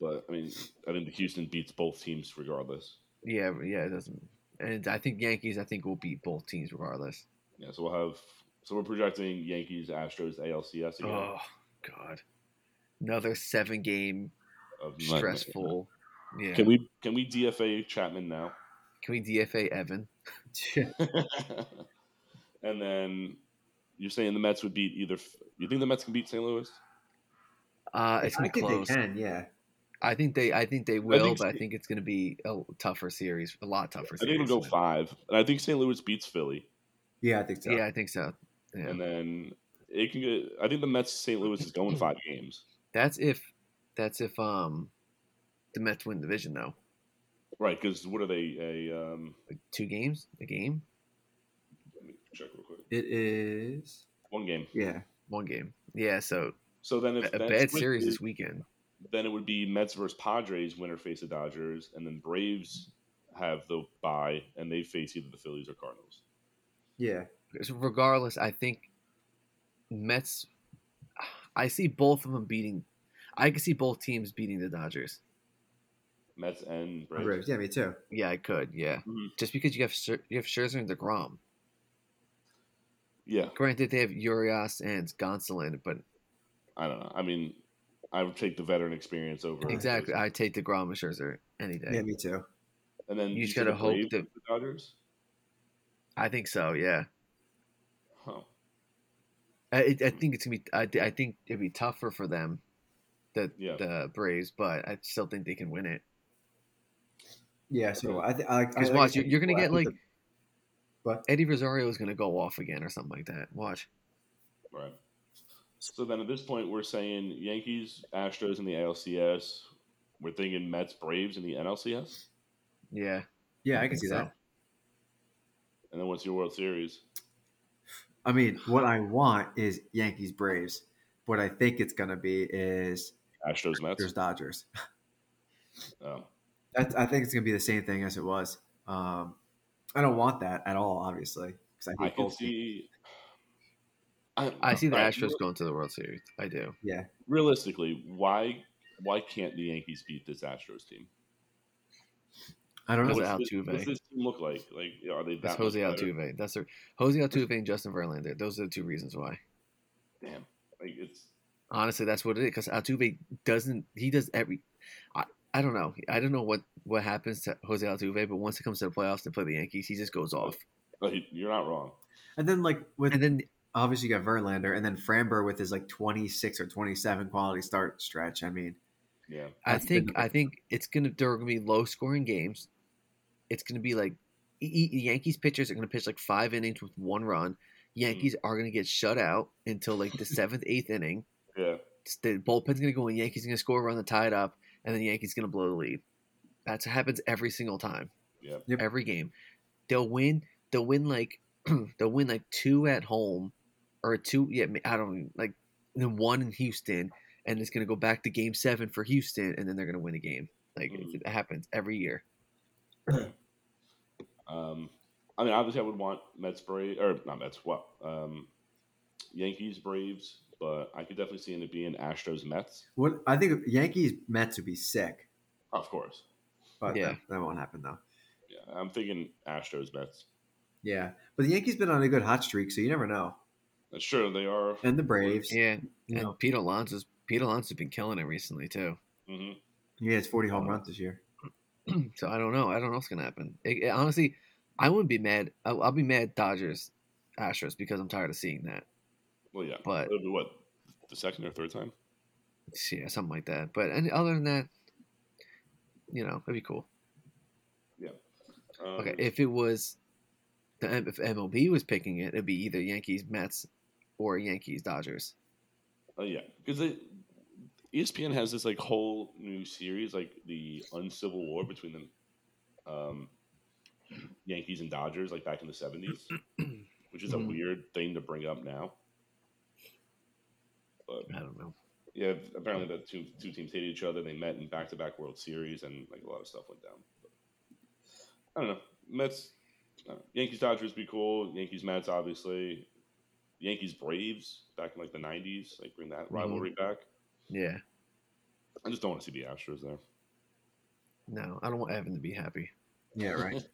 [SPEAKER 1] But I mean, I think Houston beats both teams regardless.
[SPEAKER 3] Yeah, yeah, it doesn't. And I think Yankees, I think, will beat both teams regardless.
[SPEAKER 1] Yeah, so we'll have. So we're projecting Yankees, Astros, ALCS again.
[SPEAKER 3] Oh, God. Another seven game
[SPEAKER 1] of nightmare.
[SPEAKER 3] stressful. Yeah.
[SPEAKER 1] Can we can we DFA Chapman now?
[SPEAKER 3] Can we DFA Evan?
[SPEAKER 1] and then you're saying the Mets would beat either. You think the Mets can beat St. Louis?
[SPEAKER 3] Uh, it's
[SPEAKER 2] I
[SPEAKER 3] gonna be
[SPEAKER 2] think
[SPEAKER 3] close.
[SPEAKER 2] they can, yeah.
[SPEAKER 3] I think they, I think they will,
[SPEAKER 1] think
[SPEAKER 3] but I
[SPEAKER 1] so.
[SPEAKER 3] think it's gonna be a tougher series, a lot tougher.
[SPEAKER 1] I think
[SPEAKER 3] Series.
[SPEAKER 1] it'll go five, and I think St. Louis beats Philly,
[SPEAKER 2] Yeah, I think so.
[SPEAKER 3] Yeah, I think so. Yeah.
[SPEAKER 1] and then it can get. I think the Mets St. Louis is going five games,
[SPEAKER 3] that's if, that's if um, the Mets win division though.
[SPEAKER 1] right? Because what are they? A um,
[SPEAKER 3] Like two games, a game,
[SPEAKER 1] let me check real quick.
[SPEAKER 2] It is.
[SPEAKER 1] One game.
[SPEAKER 2] Yeah.
[SPEAKER 3] one game. Yeah, so
[SPEAKER 1] So then if
[SPEAKER 3] a a
[SPEAKER 1] that
[SPEAKER 3] bad
[SPEAKER 1] split
[SPEAKER 3] series
[SPEAKER 1] is-
[SPEAKER 3] this weekend.
[SPEAKER 1] then it would be Mets versus Padres, winner face the Dodgers, and then Braves have the bye, and they face either the Phillies or Cardinals.
[SPEAKER 2] Yeah.
[SPEAKER 3] So regardless, I think Mets. I see both of them beating. I could see both teams beating the Dodgers.
[SPEAKER 1] Mets and Braves.
[SPEAKER 2] Braves. Yeah, me too.
[SPEAKER 3] Yeah, I could. Yeah,
[SPEAKER 1] Mhm.
[SPEAKER 3] just because you have Scher- you have Scherzer and Degrom.
[SPEAKER 1] Yeah,
[SPEAKER 3] Granted, they have Urias and Gonsolin, but
[SPEAKER 1] I don't know. I mean, I would take the veteran experience over
[SPEAKER 3] exactly, I take Degrom and Scherzer any day.
[SPEAKER 2] Yeah, me too.
[SPEAKER 1] And then
[SPEAKER 3] You just
[SPEAKER 1] said
[SPEAKER 3] gotta
[SPEAKER 1] the
[SPEAKER 3] hope
[SPEAKER 1] Braves
[SPEAKER 3] that-
[SPEAKER 1] beat the Dodgers.
[SPEAKER 3] I think so. Yeah,
[SPEAKER 1] Huh.
[SPEAKER 3] I, it- I think it's gonna be. I, thi- I think it'd be tougher for them, the
[SPEAKER 1] Yeah.
[SPEAKER 3] the Braves, but I still think they can win it.
[SPEAKER 2] Yeah, so I, th- I
[SPEAKER 3] Because
[SPEAKER 2] I-
[SPEAKER 3] watch,
[SPEAKER 2] I-
[SPEAKER 3] you- you're gonna
[SPEAKER 2] I
[SPEAKER 3] get
[SPEAKER 2] think
[SPEAKER 3] like
[SPEAKER 2] the- But
[SPEAKER 3] Eddie Rosario is gonna go off again or something like that. Watch.
[SPEAKER 1] Right. So then at this point, we're saying Yankees, Astros in the ALCS. We're thinking Mets, Braves in the NLCS.
[SPEAKER 3] Yeah,
[SPEAKER 2] yeah,
[SPEAKER 3] I
[SPEAKER 2] I can
[SPEAKER 3] think
[SPEAKER 2] see
[SPEAKER 3] so.
[SPEAKER 2] that.
[SPEAKER 1] And then what's your World Series?
[SPEAKER 2] I mean, what I want is Yankees Braves. What I think it's gonna be is
[SPEAKER 1] Astros, Mets.
[SPEAKER 2] there's Dodgers.
[SPEAKER 1] Oh.
[SPEAKER 2] That's, I think it's gonna be the same thing as it was. Um, I don't want that at all, obviously. 'cause I,
[SPEAKER 1] I
[SPEAKER 2] hate
[SPEAKER 1] can
[SPEAKER 2] both teams.
[SPEAKER 1] see.
[SPEAKER 3] I see the
[SPEAKER 1] All right,
[SPEAKER 3] Astros going to the World Series. I do.
[SPEAKER 2] Yeah,
[SPEAKER 1] Realistically, why why can't the Yankees beat this Astros team?
[SPEAKER 2] I don't
[SPEAKER 3] Because
[SPEAKER 2] know.
[SPEAKER 3] of
[SPEAKER 1] What's this,
[SPEAKER 3] Altuve.
[SPEAKER 1] what's this team look like? Like, are they that
[SPEAKER 3] That's Jose
[SPEAKER 1] much better?
[SPEAKER 3] Altuve. That's the Jose Altuve and Justin Verlander. Those are the two reasons why.
[SPEAKER 1] Damn, like it's
[SPEAKER 3] Honestly, that's what it is because Altuve doesn't. He does every. I, I don't know. I don't know what what happens to Jose Altuve, but once it comes to the playoffs to play the Yankees, he just goes off.
[SPEAKER 1] But he- You're not wrong.
[SPEAKER 2] And then like with
[SPEAKER 3] And then
[SPEAKER 2] obviously you got Verlander and then Framber with his like 26 or 27 quality start stretch. I mean,
[SPEAKER 1] Yeah.
[SPEAKER 3] I
[SPEAKER 2] That's
[SPEAKER 3] think
[SPEAKER 2] been-
[SPEAKER 3] I think it's gonna there are gonna be low scoring games. It's gonna be like y- y- Yankees pitchers are gonna pitch like five innings with one
[SPEAKER 2] Hmm.
[SPEAKER 3] run. Yankees are gonna get shut out until like the seventh eighth inning.
[SPEAKER 1] Yeah.
[SPEAKER 3] It's- The bullpen's gonna go in. Yankees gonna score a run to tie it up, and then Yankees gonna blow the lead. That's what happens every single time.
[SPEAKER 1] Yep.
[SPEAKER 2] Yep.
[SPEAKER 3] Every game, they'll win. They'll win like they'll win like two at home, or two. Yeah, I don't even- like and then one in Houston, and it's gonna go back to Game Seven for Houston, and then they're gonna win a game. Like it's- it happens every year.
[SPEAKER 1] Um, I mean, obviously, I would want Mets, Braves, or not Mets, what? Um, Yankees, Braves, but I could definitely see it being Astros, Mets,
[SPEAKER 2] what I think Yankees Mets would be sick,
[SPEAKER 1] of course.
[SPEAKER 2] but
[SPEAKER 3] Yeah.
[SPEAKER 2] that, that won't happen though.
[SPEAKER 1] Yeah, I'm thinking Astros, Mets.
[SPEAKER 2] Yeah, but the Yankees been on a good hot streak, so you never know.
[SPEAKER 1] That's true. They are.
[SPEAKER 2] And the Braves,
[SPEAKER 3] Yeah,
[SPEAKER 2] you know,
[SPEAKER 3] and Pete Alonso's Pete Alonso's been killing it recently too.
[SPEAKER 1] hmm
[SPEAKER 2] yeah, it's 40 home runs this year.
[SPEAKER 3] so I don't know. I don't know what's gonna happen. It- it- honestly, I wouldn't be mad. I, I'll be mad Dodgers, Astros because I'm tired of seeing that.
[SPEAKER 1] Well, yeah.
[SPEAKER 3] But
[SPEAKER 1] It'll be what? The second or third time?
[SPEAKER 3] yeah, something like that. But and other than that, you know, it'd be cool.
[SPEAKER 1] Um,
[SPEAKER 3] Okay, if it was the M- if MLB was picking it, it'd be either Yankees, Mets, or Yankees, Dodgers.
[SPEAKER 1] Oh yeah, E because ESPN has this like whole new series, like the uncivil war between the um, Yankees and Dodgers, like back in the seventies, which is a
[SPEAKER 3] Mhm.
[SPEAKER 1] weird thing to bring up now. But
[SPEAKER 3] I don't know.
[SPEAKER 1] yeah, apparently the two two teams hated each other. They met in back to back World Series, and like a lot of stuff went down. But, I don't know. Mets, I don't know. Yankees, Dodgers be cool. Yankees, Mets, obviously. Yankees, Braves back in like the nineties, like bring that rivalry back.
[SPEAKER 3] Yeah,
[SPEAKER 1] I just don't want to see the Astros there.
[SPEAKER 3] no, I don't want Evan to be happy
[SPEAKER 2] Yeah, right.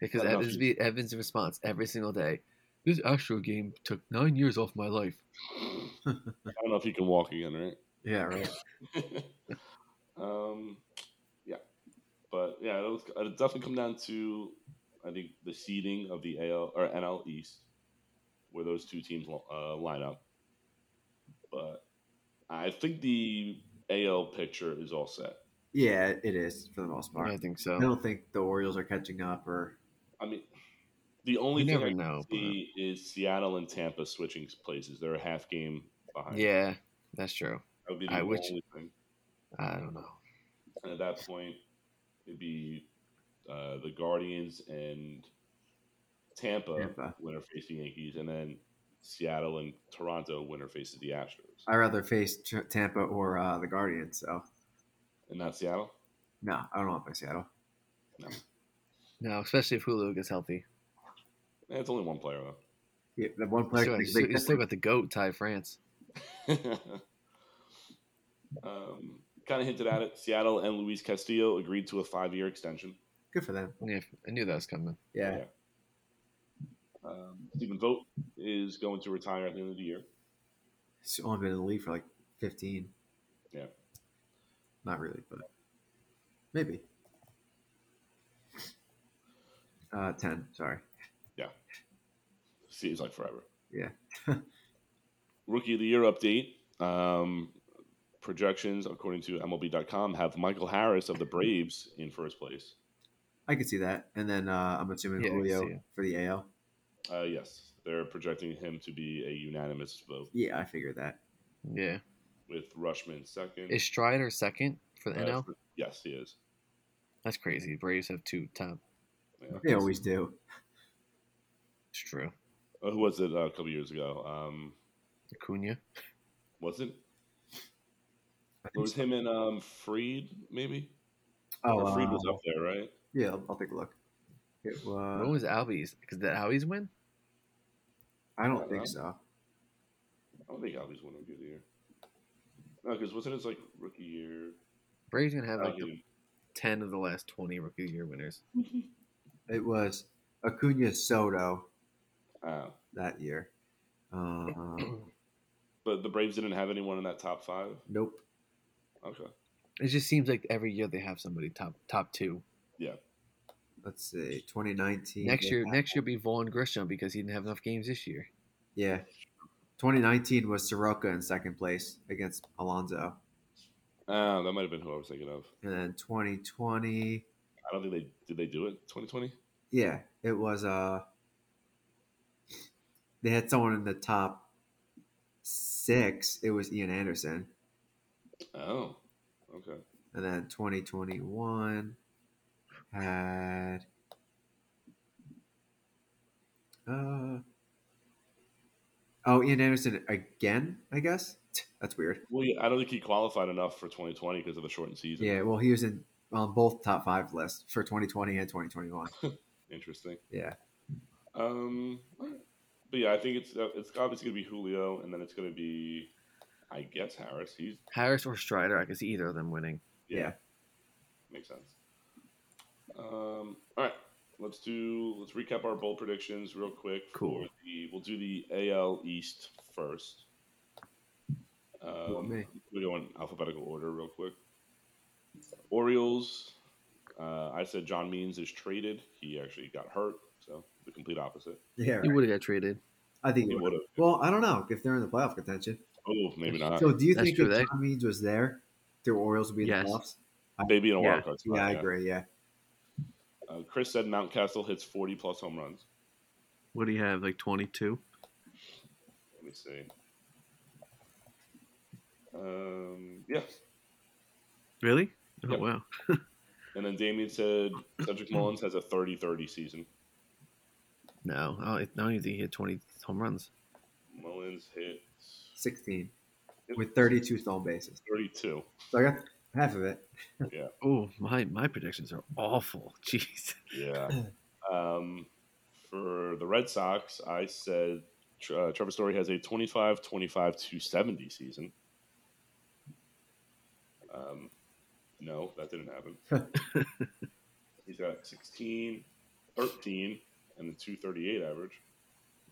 [SPEAKER 3] because
[SPEAKER 1] I don't know if
[SPEAKER 3] Evan's
[SPEAKER 1] you-
[SPEAKER 3] be, Evan's response every single day. This Astro game took nine years off my life.
[SPEAKER 1] I don't know if he can walk again, right?
[SPEAKER 2] yeah, right.
[SPEAKER 1] um, yeah, but yeah, it'll, it'll definitely come down to I think the seeding of the AL or NL East, where those two teams uh, line up. But I think the AL picture is all set.
[SPEAKER 2] Yeah, it is for the most part.
[SPEAKER 3] I think
[SPEAKER 2] I
[SPEAKER 3] so.
[SPEAKER 2] don't think the Orioles are catching up, or
[SPEAKER 1] I mean, the only
[SPEAKER 3] You
[SPEAKER 1] thing
[SPEAKER 3] never
[SPEAKER 1] I can
[SPEAKER 3] know, but-
[SPEAKER 1] see is Seattle and Tampa switching places. They're a half game behind.
[SPEAKER 3] Yeah, that's true.
[SPEAKER 1] that would be the
[SPEAKER 3] I
[SPEAKER 1] only
[SPEAKER 3] wish-
[SPEAKER 1] thing.
[SPEAKER 3] I don't know.
[SPEAKER 1] And at that point, it'd be uh, the Guardians and Tampa,
[SPEAKER 2] Tampa.
[SPEAKER 1] winner face the Yankees, and then Seattle and Toronto winner faces the Astros.
[SPEAKER 2] I rather face T- Tampa or uh, the Guardians. So
[SPEAKER 1] And not Seattle.
[SPEAKER 2] no, I don't want to play Seattle.
[SPEAKER 3] No, especially if Julio gets healthy.
[SPEAKER 1] Eh, It's only one player though.
[SPEAKER 2] Yeah, the one
[SPEAKER 3] You
[SPEAKER 2] player.
[SPEAKER 3] still,
[SPEAKER 2] can make
[SPEAKER 3] you
[SPEAKER 2] a
[SPEAKER 3] still,
[SPEAKER 2] big
[SPEAKER 3] you still
[SPEAKER 2] difference.
[SPEAKER 3] got the goat Ty France.
[SPEAKER 1] um, kind of hinted at it. Seattle and Luis Castillo agreed to a five-year extension.
[SPEAKER 2] Good for them.
[SPEAKER 3] Yeah, I knew that was coming.
[SPEAKER 2] Yeah,
[SPEAKER 1] Um, Stephen Vogt is going to retire at the end of the year.
[SPEAKER 2] he's only been in the league for like 15.
[SPEAKER 1] Yeah.
[SPEAKER 2] Not really, but maybe. Uh, 10, sorry.
[SPEAKER 1] Seems like forever.
[SPEAKER 2] Yeah.
[SPEAKER 1] Rookie of the Year update. Um, projections, according to MLB.com, have Michael Harris of the Braves in first place.
[SPEAKER 2] I could see that. And then uh, I'm assuming
[SPEAKER 3] Yeah, I can see
[SPEAKER 2] Julio
[SPEAKER 3] it.
[SPEAKER 2] for the AL.
[SPEAKER 1] Uh, yes, they're projecting him to be a unanimous vote
[SPEAKER 2] Yeah, I figured that.
[SPEAKER 3] Yeah.
[SPEAKER 1] with Rushman second.
[SPEAKER 3] Is Strider second for the
[SPEAKER 1] Uh,
[SPEAKER 3] NL?
[SPEAKER 1] for- yes, he is.
[SPEAKER 3] That's crazy. Braves have two top.
[SPEAKER 1] Yeah.
[SPEAKER 2] They always do.
[SPEAKER 3] It's true.
[SPEAKER 1] Uh, who was it uh, a couple years ago? Um,
[SPEAKER 3] Acuna.
[SPEAKER 1] was it?
[SPEAKER 2] I
[SPEAKER 1] It
[SPEAKER 2] think
[SPEAKER 1] was
[SPEAKER 2] so.
[SPEAKER 1] him and um, Freed, maybe?
[SPEAKER 2] Oh,
[SPEAKER 1] Or Freed
[SPEAKER 2] uh,
[SPEAKER 1] was up there, right?
[SPEAKER 2] yeah, I'll, I'll take a look. It
[SPEAKER 3] when
[SPEAKER 2] was.
[SPEAKER 3] was Albie's? Because that Albie's win?
[SPEAKER 2] I
[SPEAKER 1] I
[SPEAKER 2] don't
[SPEAKER 1] don't know.
[SPEAKER 2] think so.
[SPEAKER 1] I don't think Albie's won rookie of the year. No, because wasn't his like rookie year?
[SPEAKER 3] Braves gonna have
[SPEAKER 1] Uh,
[SPEAKER 3] like the ten of the last twenty rookie of the year winners.
[SPEAKER 2] It was Acuna Soto
[SPEAKER 1] uh,
[SPEAKER 2] that year. Uh,
[SPEAKER 1] But the Braves didn't have anyone in that top five.
[SPEAKER 2] Nope.
[SPEAKER 1] Okay.
[SPEAKER 3] It just seems like every year they have somebody top top two.
[SPEAKER 2] Let's see. 2019.
[SPEAKER 3] Next
[SPEAKER 2] they
[SPEAKER 3] year,
[SPEAKER 2] had-
[SPEAKER 3] next year will be Vaughn Grisham because he didn't have enough games this year.
[SPEAKER 2] Yeah. 2019 was Soroka in second place against Alonso.
[SPEAKER 1] Uh, that might have been who I was thinking of.
[SPEAKER 2] And then 2020.
[SPEAKER 1] I don't think they did. They do it 2020.
[SPEAKER 2] Yeah, it was. uh They had someone in the top six. It was Ian Anderson.
[SPEAKER 1] Oh, okay.
[SPEAKER 2] And then 2021 had. Uh, oh, Ian Anderson again, I guess? That's weird.
[SPEAKER 1] Well, yeah, I don't think he qualified enough for 2020 because of a shortened season.
[SPEAKER 2] Yeah, well, he was in on both top five lists for 2020 and 2021.
[SPEAKER 1] Interesting.
[SPEAKER 2] Yeah.
[SPEAKER 1] Um, but yeah, I think it's uh, it's obviously going to be Julio, and then it's going to be, I guess Harris. He's
[SPEAKER 3] Harris or Strider, I could see either of them winning.
[SPEAKER 1] yeah,
[SPEAKER 2] Yeah.
[SPEAKER 1] makes sense. Um, all right, let's do let's recap our bowl predictions real quick.
[SPEAKER 3] Cool.
[SPEAKER 1] for The, we'll do the AL East first.
[SPEAKER 2] Well,
[SPEAKER 1] Um,
[SPEAKER 2] me.
[SPEAKER 1] we go in alphabetical order real quick. Orioles. Uh, I said John Means is traded. He actually got hurt, so the complete opposite.
[SPEAKER 2] Yeah,
[SPEAKER 3] He
[SPEAKER 2] right.
[SPEAKER 3] would have got traded.
[SPEAKER 2] I think.
[SPEAKER 1] He
[SPEAKER 2] he would.
[SPEAKER 1] would have.
[SPEAKER 2] Well, I don't know if they're in the playoff contention.
[SPEAKER 1] Oh, maybe not.
[SPEAKER 2] So, do you
[SPEAKER 3] That's
[SPEAKER 2] think
[SPEAKER 3] true,
[SPEAKER 2] if
[SPEAKER 3] they-
[SPEAKER 2] John Means was there, the Orioles would be in
[SPEAKER 3] Yes.
[SPEAKER 2] the playoffs?
[SPEAKER 1] Maybe in a
[SPEAKER 3] Yeah.
[SPEAKER 1] wild card spot.
[SPEAKER 2] Yeah, I agree. Yeah,
[SPEAKER 1] Uh, Chris said Mountcastle hits 40 plus home runs.
[SPEAKER 3] What do you have? Like twenty two?
[SPEAKER 1] Let me see. Um, yeah.
[SPEAKER 3] Really? Oh
[SPEAKER 1] Yep.
[SPEAKER 3] wow.
[SPEAKER 1] And then Damien said Cedric Mullins has a 30 30 season.
[SPEAKER 3] No, I don't, I don't even think he hit twenty home runs.
[SPEAKER 1] Mullins hit
[SPEAKER 2] 16 with 32 stolen bases.
[SPEAKER 1] 32.
[SPEAKER 2] So I got half of it.
[SPEAKER 3] Oh my! My predictions are awful. Jeez.
[SPEAKER 1] Yeah. um, for the Red Sox, I said uh, Trevor Story has a 25 25 270 season. Um, no, that didn't happen. He's got 16, 13, and the 238 average.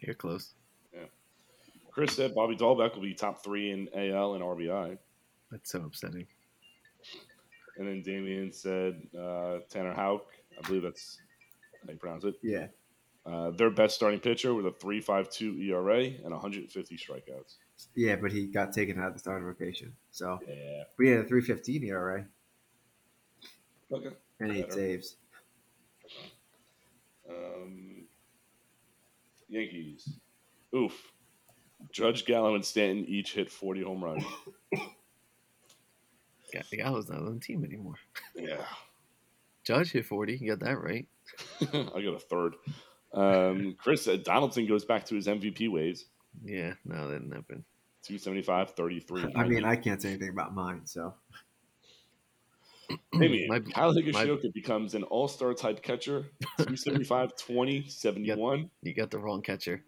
[SPEAKER 3] You're close.
[SPEAKER 1] Chris said Bobby Dahlbeck will be top three in AL and RBI.
[SPEAKER 3] That's so upsetting.
[SPEAKER 1] And then Damien said uh, Tanner Houck. I believe that's how you pronounce it.
[SPEAKER 2] Yeah,
[SPEAKER 1] Uh, their best starting pitcher with a 3.52 ERA E and 150 strikeouts.
[SPEAKER 2] yeah, but he got taken out of the starting rotation. So
[SPEAKER 1] Yeah.
[SPEAKER 2] we had a 315 ERA
[SPEAKER 1] Okay.
[SPEAKER 2] and eight
[SPEAKER 1] Better.
[SPEAKER 2] saves.
[SPEAKER 1] Um, Yankees. Oof. Judge Gallo and Stanton each hit 40 home runs.
[SPEAKER 3] Gal- Gallo's not on the team anymore.
[SPEAKER 1] yeah.
[SPEAKER 3] Judge hit forty. You got that right.
[SPEAKER 1] I got a third. Um, Chris said Donaldson goes back to his MVP ways.
[SPEAKER 3] Yeah. No, that didn't happen.
[SPEAKER 1] 275, 33.
[SPEAKER 2] I mean, I can't say anything about mine. So
[SPEAKER 1] Maybe
[SPEAKER 3] My-
[SPEAKER 1] Kyle
[SPEAKER 3] my-
[SPEAKER 1] Higashioka becomes an all star type catcher, 275, 20, 71.
[SPEAKER 3] You got the wrong catcher.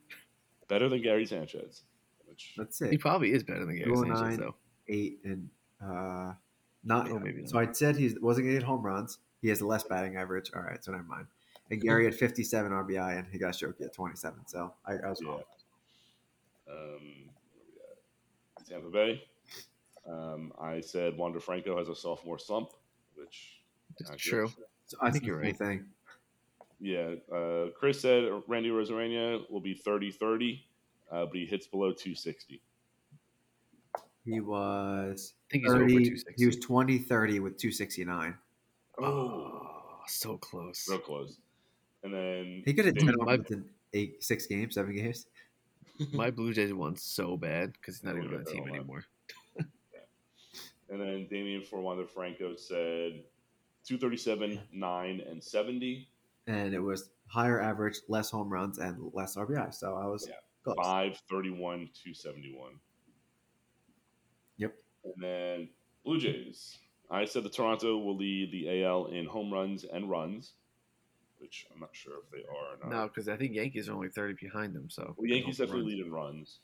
[SPEAKER 1] Better than Gary Sanchez. Which,
[SPEAKER 2] that's
[SPEAKER 3] He
[SPEAKER 2] it.
[SPEAKER 3] probably is better than Gary
[SPEAKER 2] Go
[SPEAKER 3] Sanchez,
[SPEAKER 2] nine.
[SPEAKER 3] though.
[SPEAKER 2] Eight and uh, not.
[SPEAKER 3] Oh, maybe
[SPEAKER 2] So I said he wasn't going to hit home runs. He has less batting average. All right, so never mind. And Gary had 57 RBI and he got Shoki at 27. So I, I was wrong.
[SPEAKER 1] yeah. Um, Tampa Bay. Um, I said Wander Franco has a sophomore slump, which
[SPEAKER 3] It's
[SPEAKER 1] accurate.
[SPEAKER 3] true.
[SPEAKER 2] So I,
[SPEAKER 3] think
[SPEAKER 2] think
[SPEAKER 3] you're
[SPEAKER 2] you're
[SPEAKER 3] right.
[SPEAKER 2] right. Thing.
[SPEAKER 1] Yeah. Uh, Chris said Randy Rosarena will be 30 30, uh, but he hits below 260.
[SPEAKER 2] He was
[SPEAKER 3] I think he's over
[SPEAKER 2] 30,
[SPEAKER 3] 260.
[SPEAKER 2] he was 20 30 with 269.
[SPEAKER 3] oh, so close.
[SPEAKER 1] Real close. And then
[SPEAKER 2] He could have
[SPEAKER 1] Damien-
[SPEAKER 2] done
[SPEAKER 3] my-
[SPEAKER 2] it in eight, six games, seven games.
[SPEAKER 3] My Blue Jays won so bad because he's not
[SPEAKER 1] Oh,
[SPEAKER 3] even
[SPEAKER 1] yeah,
[SPEAKER 3] on the team
[SPEAKER 1] they're
[SPEAKER 3] anymore.
[SPEAKER 1] And then Damien for Wander Franco said 237, 9, and 70,
[SPEAKER 2] And it was higher average, less home runs, and less RBI. So I was
[SPEAKER 1] Yeah.
[SPEAKER 2] close.
[SPEAKER 1] 5, 31, 271.
[SPEAKER 2] Yep.
[SPEAKER 1] And then Blue Jays. I said the Toronto will lead the AL in home runs and runs, which I'm not sure if they are or not.
[SPEAKER 3] No, because I think Yankees are only 30 behind them. So
[SPEAKER 1] Oh. Well, Yankees
[SPEAKER 3] Home
[SPEAKER 1] definitely
[SPEAKER 3] runs.
[SPEAKER 1] lead in runs.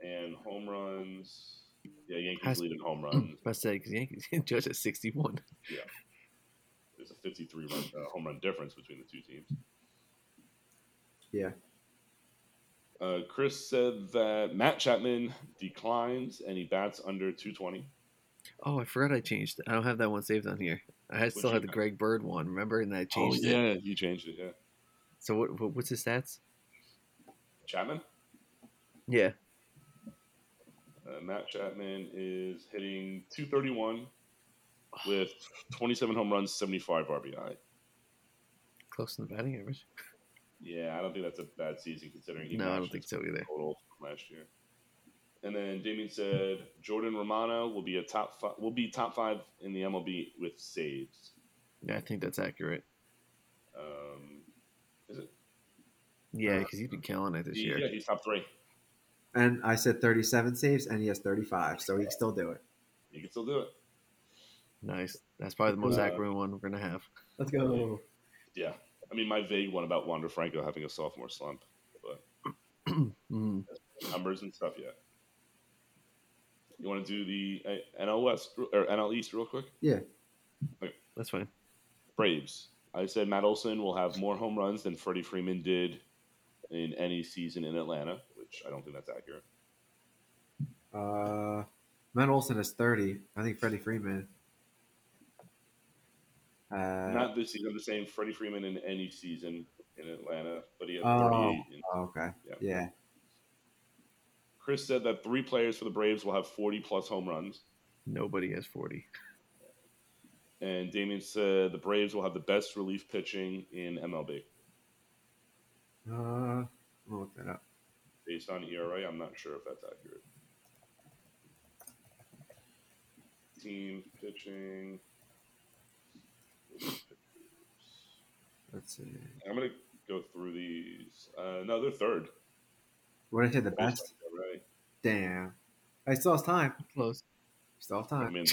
[SPEAKER 1] And home runs. Yeah, Yankees
[SPEAKER 3] Has-
[SPEAKER 1] lead in home runs.
[SPEAKER 3] I said because Yankees Judge at 61.
[SPEAKER 1] There's a 53 run, uh, home run difference between the two teams.
[SPEAKER 2] Yeah.
[SPEAKER 1] Uh, Chris said that Matt Chapman declines and he bats under 220.
[SPEAKER 3] Oh, I forgot I changed. it. I don't have that one saved on here. I had- still
[SPEAKER 1] you
[SPEAKER 3] had the
[SPEAKER 1] have?
[SPEAKER 3] Greg Bird one. Remember, and I changed it.
[SPEAKER 1] you changed it. Yeah,
[SPEAKER 3] So what, what? What's his stats?
[SPEAKER 1] Chapman.
[SPEAKER 3] Yeah.
[SPEAKER 1] Uh, Matt Chapman is hitting 231 with 27 home runs, 75 RBI.
[SPEAKER 3] Close to the batting average?
[SPEAKER 1] Yeah, I don't think that's a bad season considering he
[SPEAKER 3] No, I don't
[SPEAKER 1] matched
[SPEAKER 3] think
[SPEAKER 1] his
[SPEAKER 3] so either.
[SPEAKER 1] total from last year. And then Damien said Jordan Romano will be a top five, will be top five in the MLB with saves.
[SPEAKER 3] Yeah, I think that's accurate.
[SPEAKER 1] Um, is it?
[SPEAKER 3] Yeah,
[SPEAKER 2] Uh,
[SPEAKER 3] because he's been killing it this
[SPEAKER 1] He-
[SPEAKER 3] year.
[SPEAKER 1] yeah, he's top three.
[SPEAKER 2] And I said 37 saves, and he has 35, so he can still do it.
[SPEAKER 1] He can still do it.
[SPEAKER 3] Nice. That's probably the most
[SPEAKER 1] Uh,
[SPEAKER 3] accurate one we're gonna have.
[SPEAKER 2] Let's go.
[SPEAKER 1] Yeah, I mean my vague one about Wander Franco having a sophomore slump
[SPEAKER 3] Mm.
[SPEAKER 1] numbers and stuff yet. You want to do the uh, NL West or NL East real quick?
[SPEAKER 3] That's fine.
[SPEAKER 1] Braves. I said Matt Olson will have more home runs than Freddie Freeman did in any season in Atlanta, which I don't think that's accurate.
[SPEAKER 2] Uh, Matt Olson is 30. I think Freddie Freeman. Uh,
[SPEAKER 1] Not this season. I'm just saying Freddie Freeman in any season in Atlanta, but he had
[SPEAKER 2] Oh.
[SPEAKER 1] 38. in-
[SPEAKER 2] oh, okay.
[SPEAKER 1] Yeah.
[SPEAKER 2] Yeah.
[SPEAKER 1] Chris said that three players for the Braves will have 40 plus home runs,
[SPEAKER 3] Nobody has forty.
[SPEAKER 1] and Damien said the Braves will have the best relief pitching in MLB.
[SPEAKER 2] Uh, I'm gonna look that up.
[SPEAKER 1] Based on ERA, I'm not sure if that's accurate. Team pitching.
[SPEAKER 2] Let's see.
[SPEAKER 1] I'm gonna go through these. Uh, no, they're third.
[SPEAKER 2] What did I say? The best?
[SPEAKER 1] Right.
[SPEAKER 2] Damn. I still have time.
[SPEAKER 3] Close.
[SPEAKER 2] Still have
[SPEAKER 1] I
[SPEAKER 2] time.
[SPEAKER 1] mean,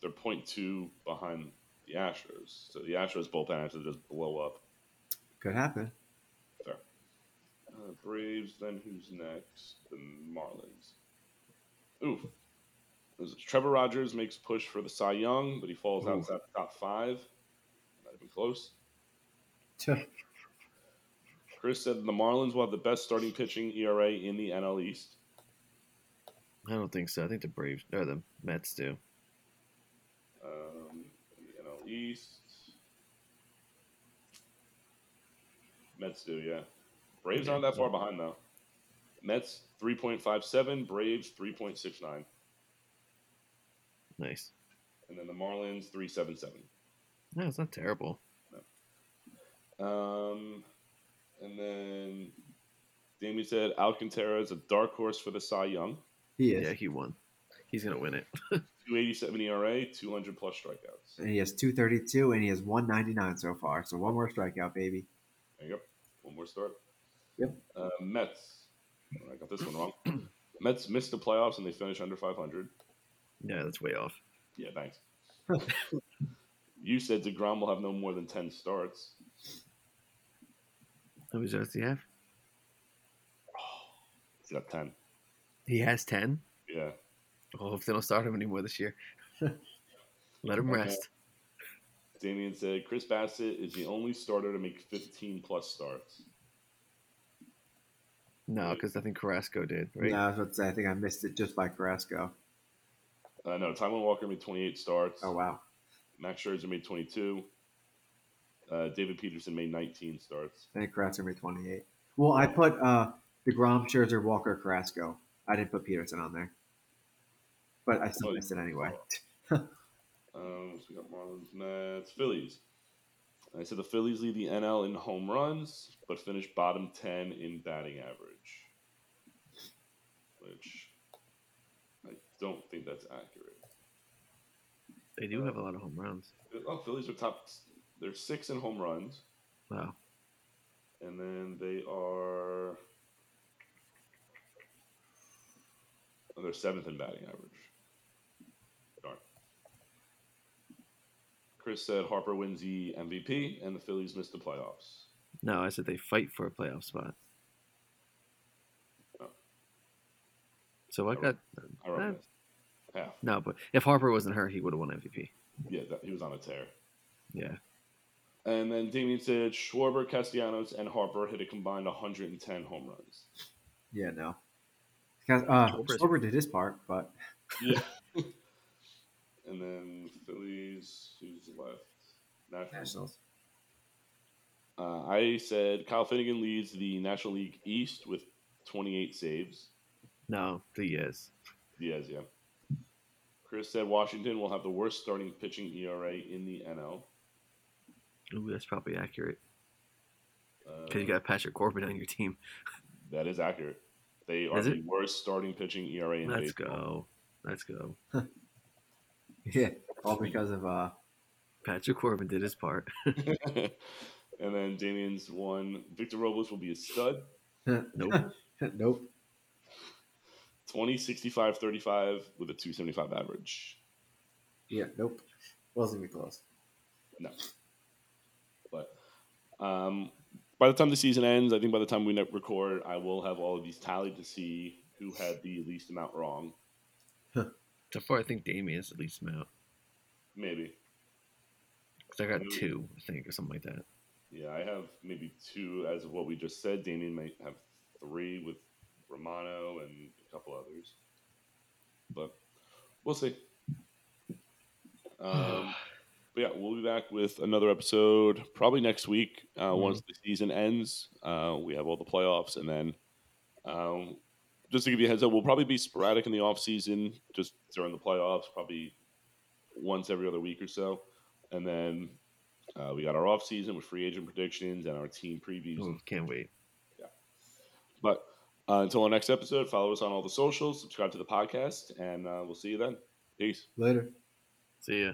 [SPEAKER 1] they're point two behind the Astros. So the Astros bullpen has to just blow up.
[SPEAKER 2] Could happen.
[SPEAKER 1] Uh, Braves. Then who's next? The Marlins. Ooh. This is- Trevor Rogers makes push for the Cy Young, but he falls
[SPEAKER 2] Ooh.
[SPEAKER 1] outside the top five. Not even close. Chris said the Marlins will have the best starting pitching ERA in the NL East.
[SPEAKER 3] I don't think so. I think the Braves or the Mets do.
[SPEAKER 1] Um, the NL East. Mets do, yeah. Braves aren't that far behind though. Mets three point five seven, Braves three point six nine,
[SPEAKER 3] Nice.
[SPEAKER 1] and then the Marlins three seven seven.
[SPEAKER 3] No, it's not terrible.
[SPEAKER 1] Um, and then Damien said Alcantara is a dark horse for the Cy Young.
[SPEAKER 2] He
[SPEAKER 3] Yeah,
[SPEAKER 2] is.
[SPEAKER 3] he won. He's gonna win it.
[SPEAKER 1] 287 ERA, 200 plus strikeouts.
[SPEAKER 2] And he has 232, and he has 199 so far. So one more strikeout, baby.
[SPEAKER 1] There you go. One more start.
[SPEAKER 2] Yep.
[SPEAKER 1] Uh, Mets. I got this one wrong. Mets missed the playoffs and they finished under 500.
[SPEAKER 3] Yeah, that's way off.
[SPEAKER 1] Yeah, thanks. you said DeGrom will have no more than 10 starts.
[SPEAKER 3] How many shots do you have?
[SPEAKER 1] He's got 10.
[SPEAKER 3] He has ten.
[SPEAKER 1] Yeah.
[SPEAKER 3] Oh, if they don't start him anymore this year, let him
[SPEAKER 1] Okay.
[SPEAKER 3] rest.
[SPEAKER 1] Damien said Chris Bassett is the only starter to make 15 plus starts.
[SPEAKER 3] No, because I think Carrasco did, right?
[SPEAKER 2] Yeah, I was about to say, I think I missed it just by Carrasco.
[SPEAKER 1] Uh, no, Tywin Walker made 28 starts.
[SPEAKER 2] Oh, wow.
[SPEAKER 1] Max Scherzer made 22. Uh, David Peterson made 19 starts.
[SPEAKER 2] I think Carrasco made 28. Well, I put uh, DeGrom, Scherzer, Walker, Carrasco. I didn't put Peterson on there. But I still
[SPEAKER 1] Oh,
[SPEAKER 2] missed it anyway.
[SPEAKER 1] Um, so we got Marlins, Mets, Phillies. I said the Phillies lead the NL in home runs, but finish bottom 10 in batting average, which I don't think that's accurate.
[SPEAKER 3] They do have a lot of home runs.
[SPEAKER 1] Oh, Phillies are top. They're six in home runs,
[SPEAKER 3] Wow.
[SPEAKER 1] and then they are. oh, they're seventh in batting average. Darn. Chris said Harper wins the MVP, and the Phillies miss the playoffs.
[SPEAKER 3] No, I said they fight for a playoff spot.
[SPEAKER 1] Oh.
[SPEAKER 3] So I
[SPEAKER 1] Oh.
[SPEAKER 3] got
[SPEAKER 1] I wrote
[SPEAKER 3] Eh.
[SPEAKER 1] this. half.
[SPEAKER 3] no, but if Harper wasn't hurt, he would have won MVP.
[SPEAKER 1] Yeah, that, he was on a tear.
[SPEAKER 3] Yeah,
[SPEAKER 1] And then Damien said Schwarber, Castellanos, and Harper hit a combined 110 home runs.
[SPEAKER 2] Yeah, no. Because uh,
[SPEAKER 3] Schwarber's-
[SPEAKER 2] Schwarber did his part, but
[SPEAKER 1] Yeah. and then Phillies, who's left? Nationals.
[SPEAKER 2] Nationals.
[SPEAKER 1] Uh, I said Kyle Finnegan leads the National League East with 28 saves.
[SPEAKER 3] No, he is.
[SPEAKER 1] Diaz, yeah. Chris said Washington will have the worst starting pitching ERA in the NL.
[SPEAKER 3] Ooh, that's probably accurate because you
[SPEAKER 1] Uh,
[SPEAKER 3] got Patrick Corbin on your team.
[SPEAKER 1] that is accurate. They are
[SPEAKER 3] Is
[SPEAKER 1] the
[SPEAKER 3] it?
[SPEAKER 1] worst starting pitching ERA in
[SPEAKER 3] Let's
[SPEAKER 1] baseball.
[SPEAKER 3] go. Let's go.
[SPEAKER 2] Yeah, all because of uh,
[SPEAKER 3] Patrick Corbin did his part.
[SPEAKER 1] and then Damien's one. Victor Robles will be a stud.
[SPEAKER 3] Nope.
[SPEAKER 2] nope.
[SPEAKER 1] 20, 65, 35 with a 275 average.
[SPEAKER 2] Yeah, nope. Wasn't even close.
[SPEAKER 1] But um, by the time the season ends, I think by the time we ne- record, I will have all of these tallied to see who had the least amount wrong.
[SPEAKER 3] So far, I think Damien's the least amount
[SPEAKER 1] Maybe.
[SPEAKER 3] because I got
[SPEAKER 1] Mm.
[SPEAKER 3] two, I think, or something like that.
[SPEAKER 1] Yeah, I have maybe two as of what we just said. Damien might have three with Romano and a couple others. But we'll see. Um, but yeah, we'll be back with another episode probably next week uh, once the season ends. Uh, we have all the playoffs. And then um, just to give you a heads up, we'll probably be sporadic in the off season, just during the playoffs, probably once every other week or so. And then uh, we got our off season with free agent predictions and our team previews.
[SPEAKER 3] Ooh, can't wait.
[SPEAKER 1] But uh, until our next episode, follow us on all the socials, subscribe to the podcast, and uh, we'll see you then. Peace.
[SPEAKER 2] Later.
[SPEAKER 3] See ya.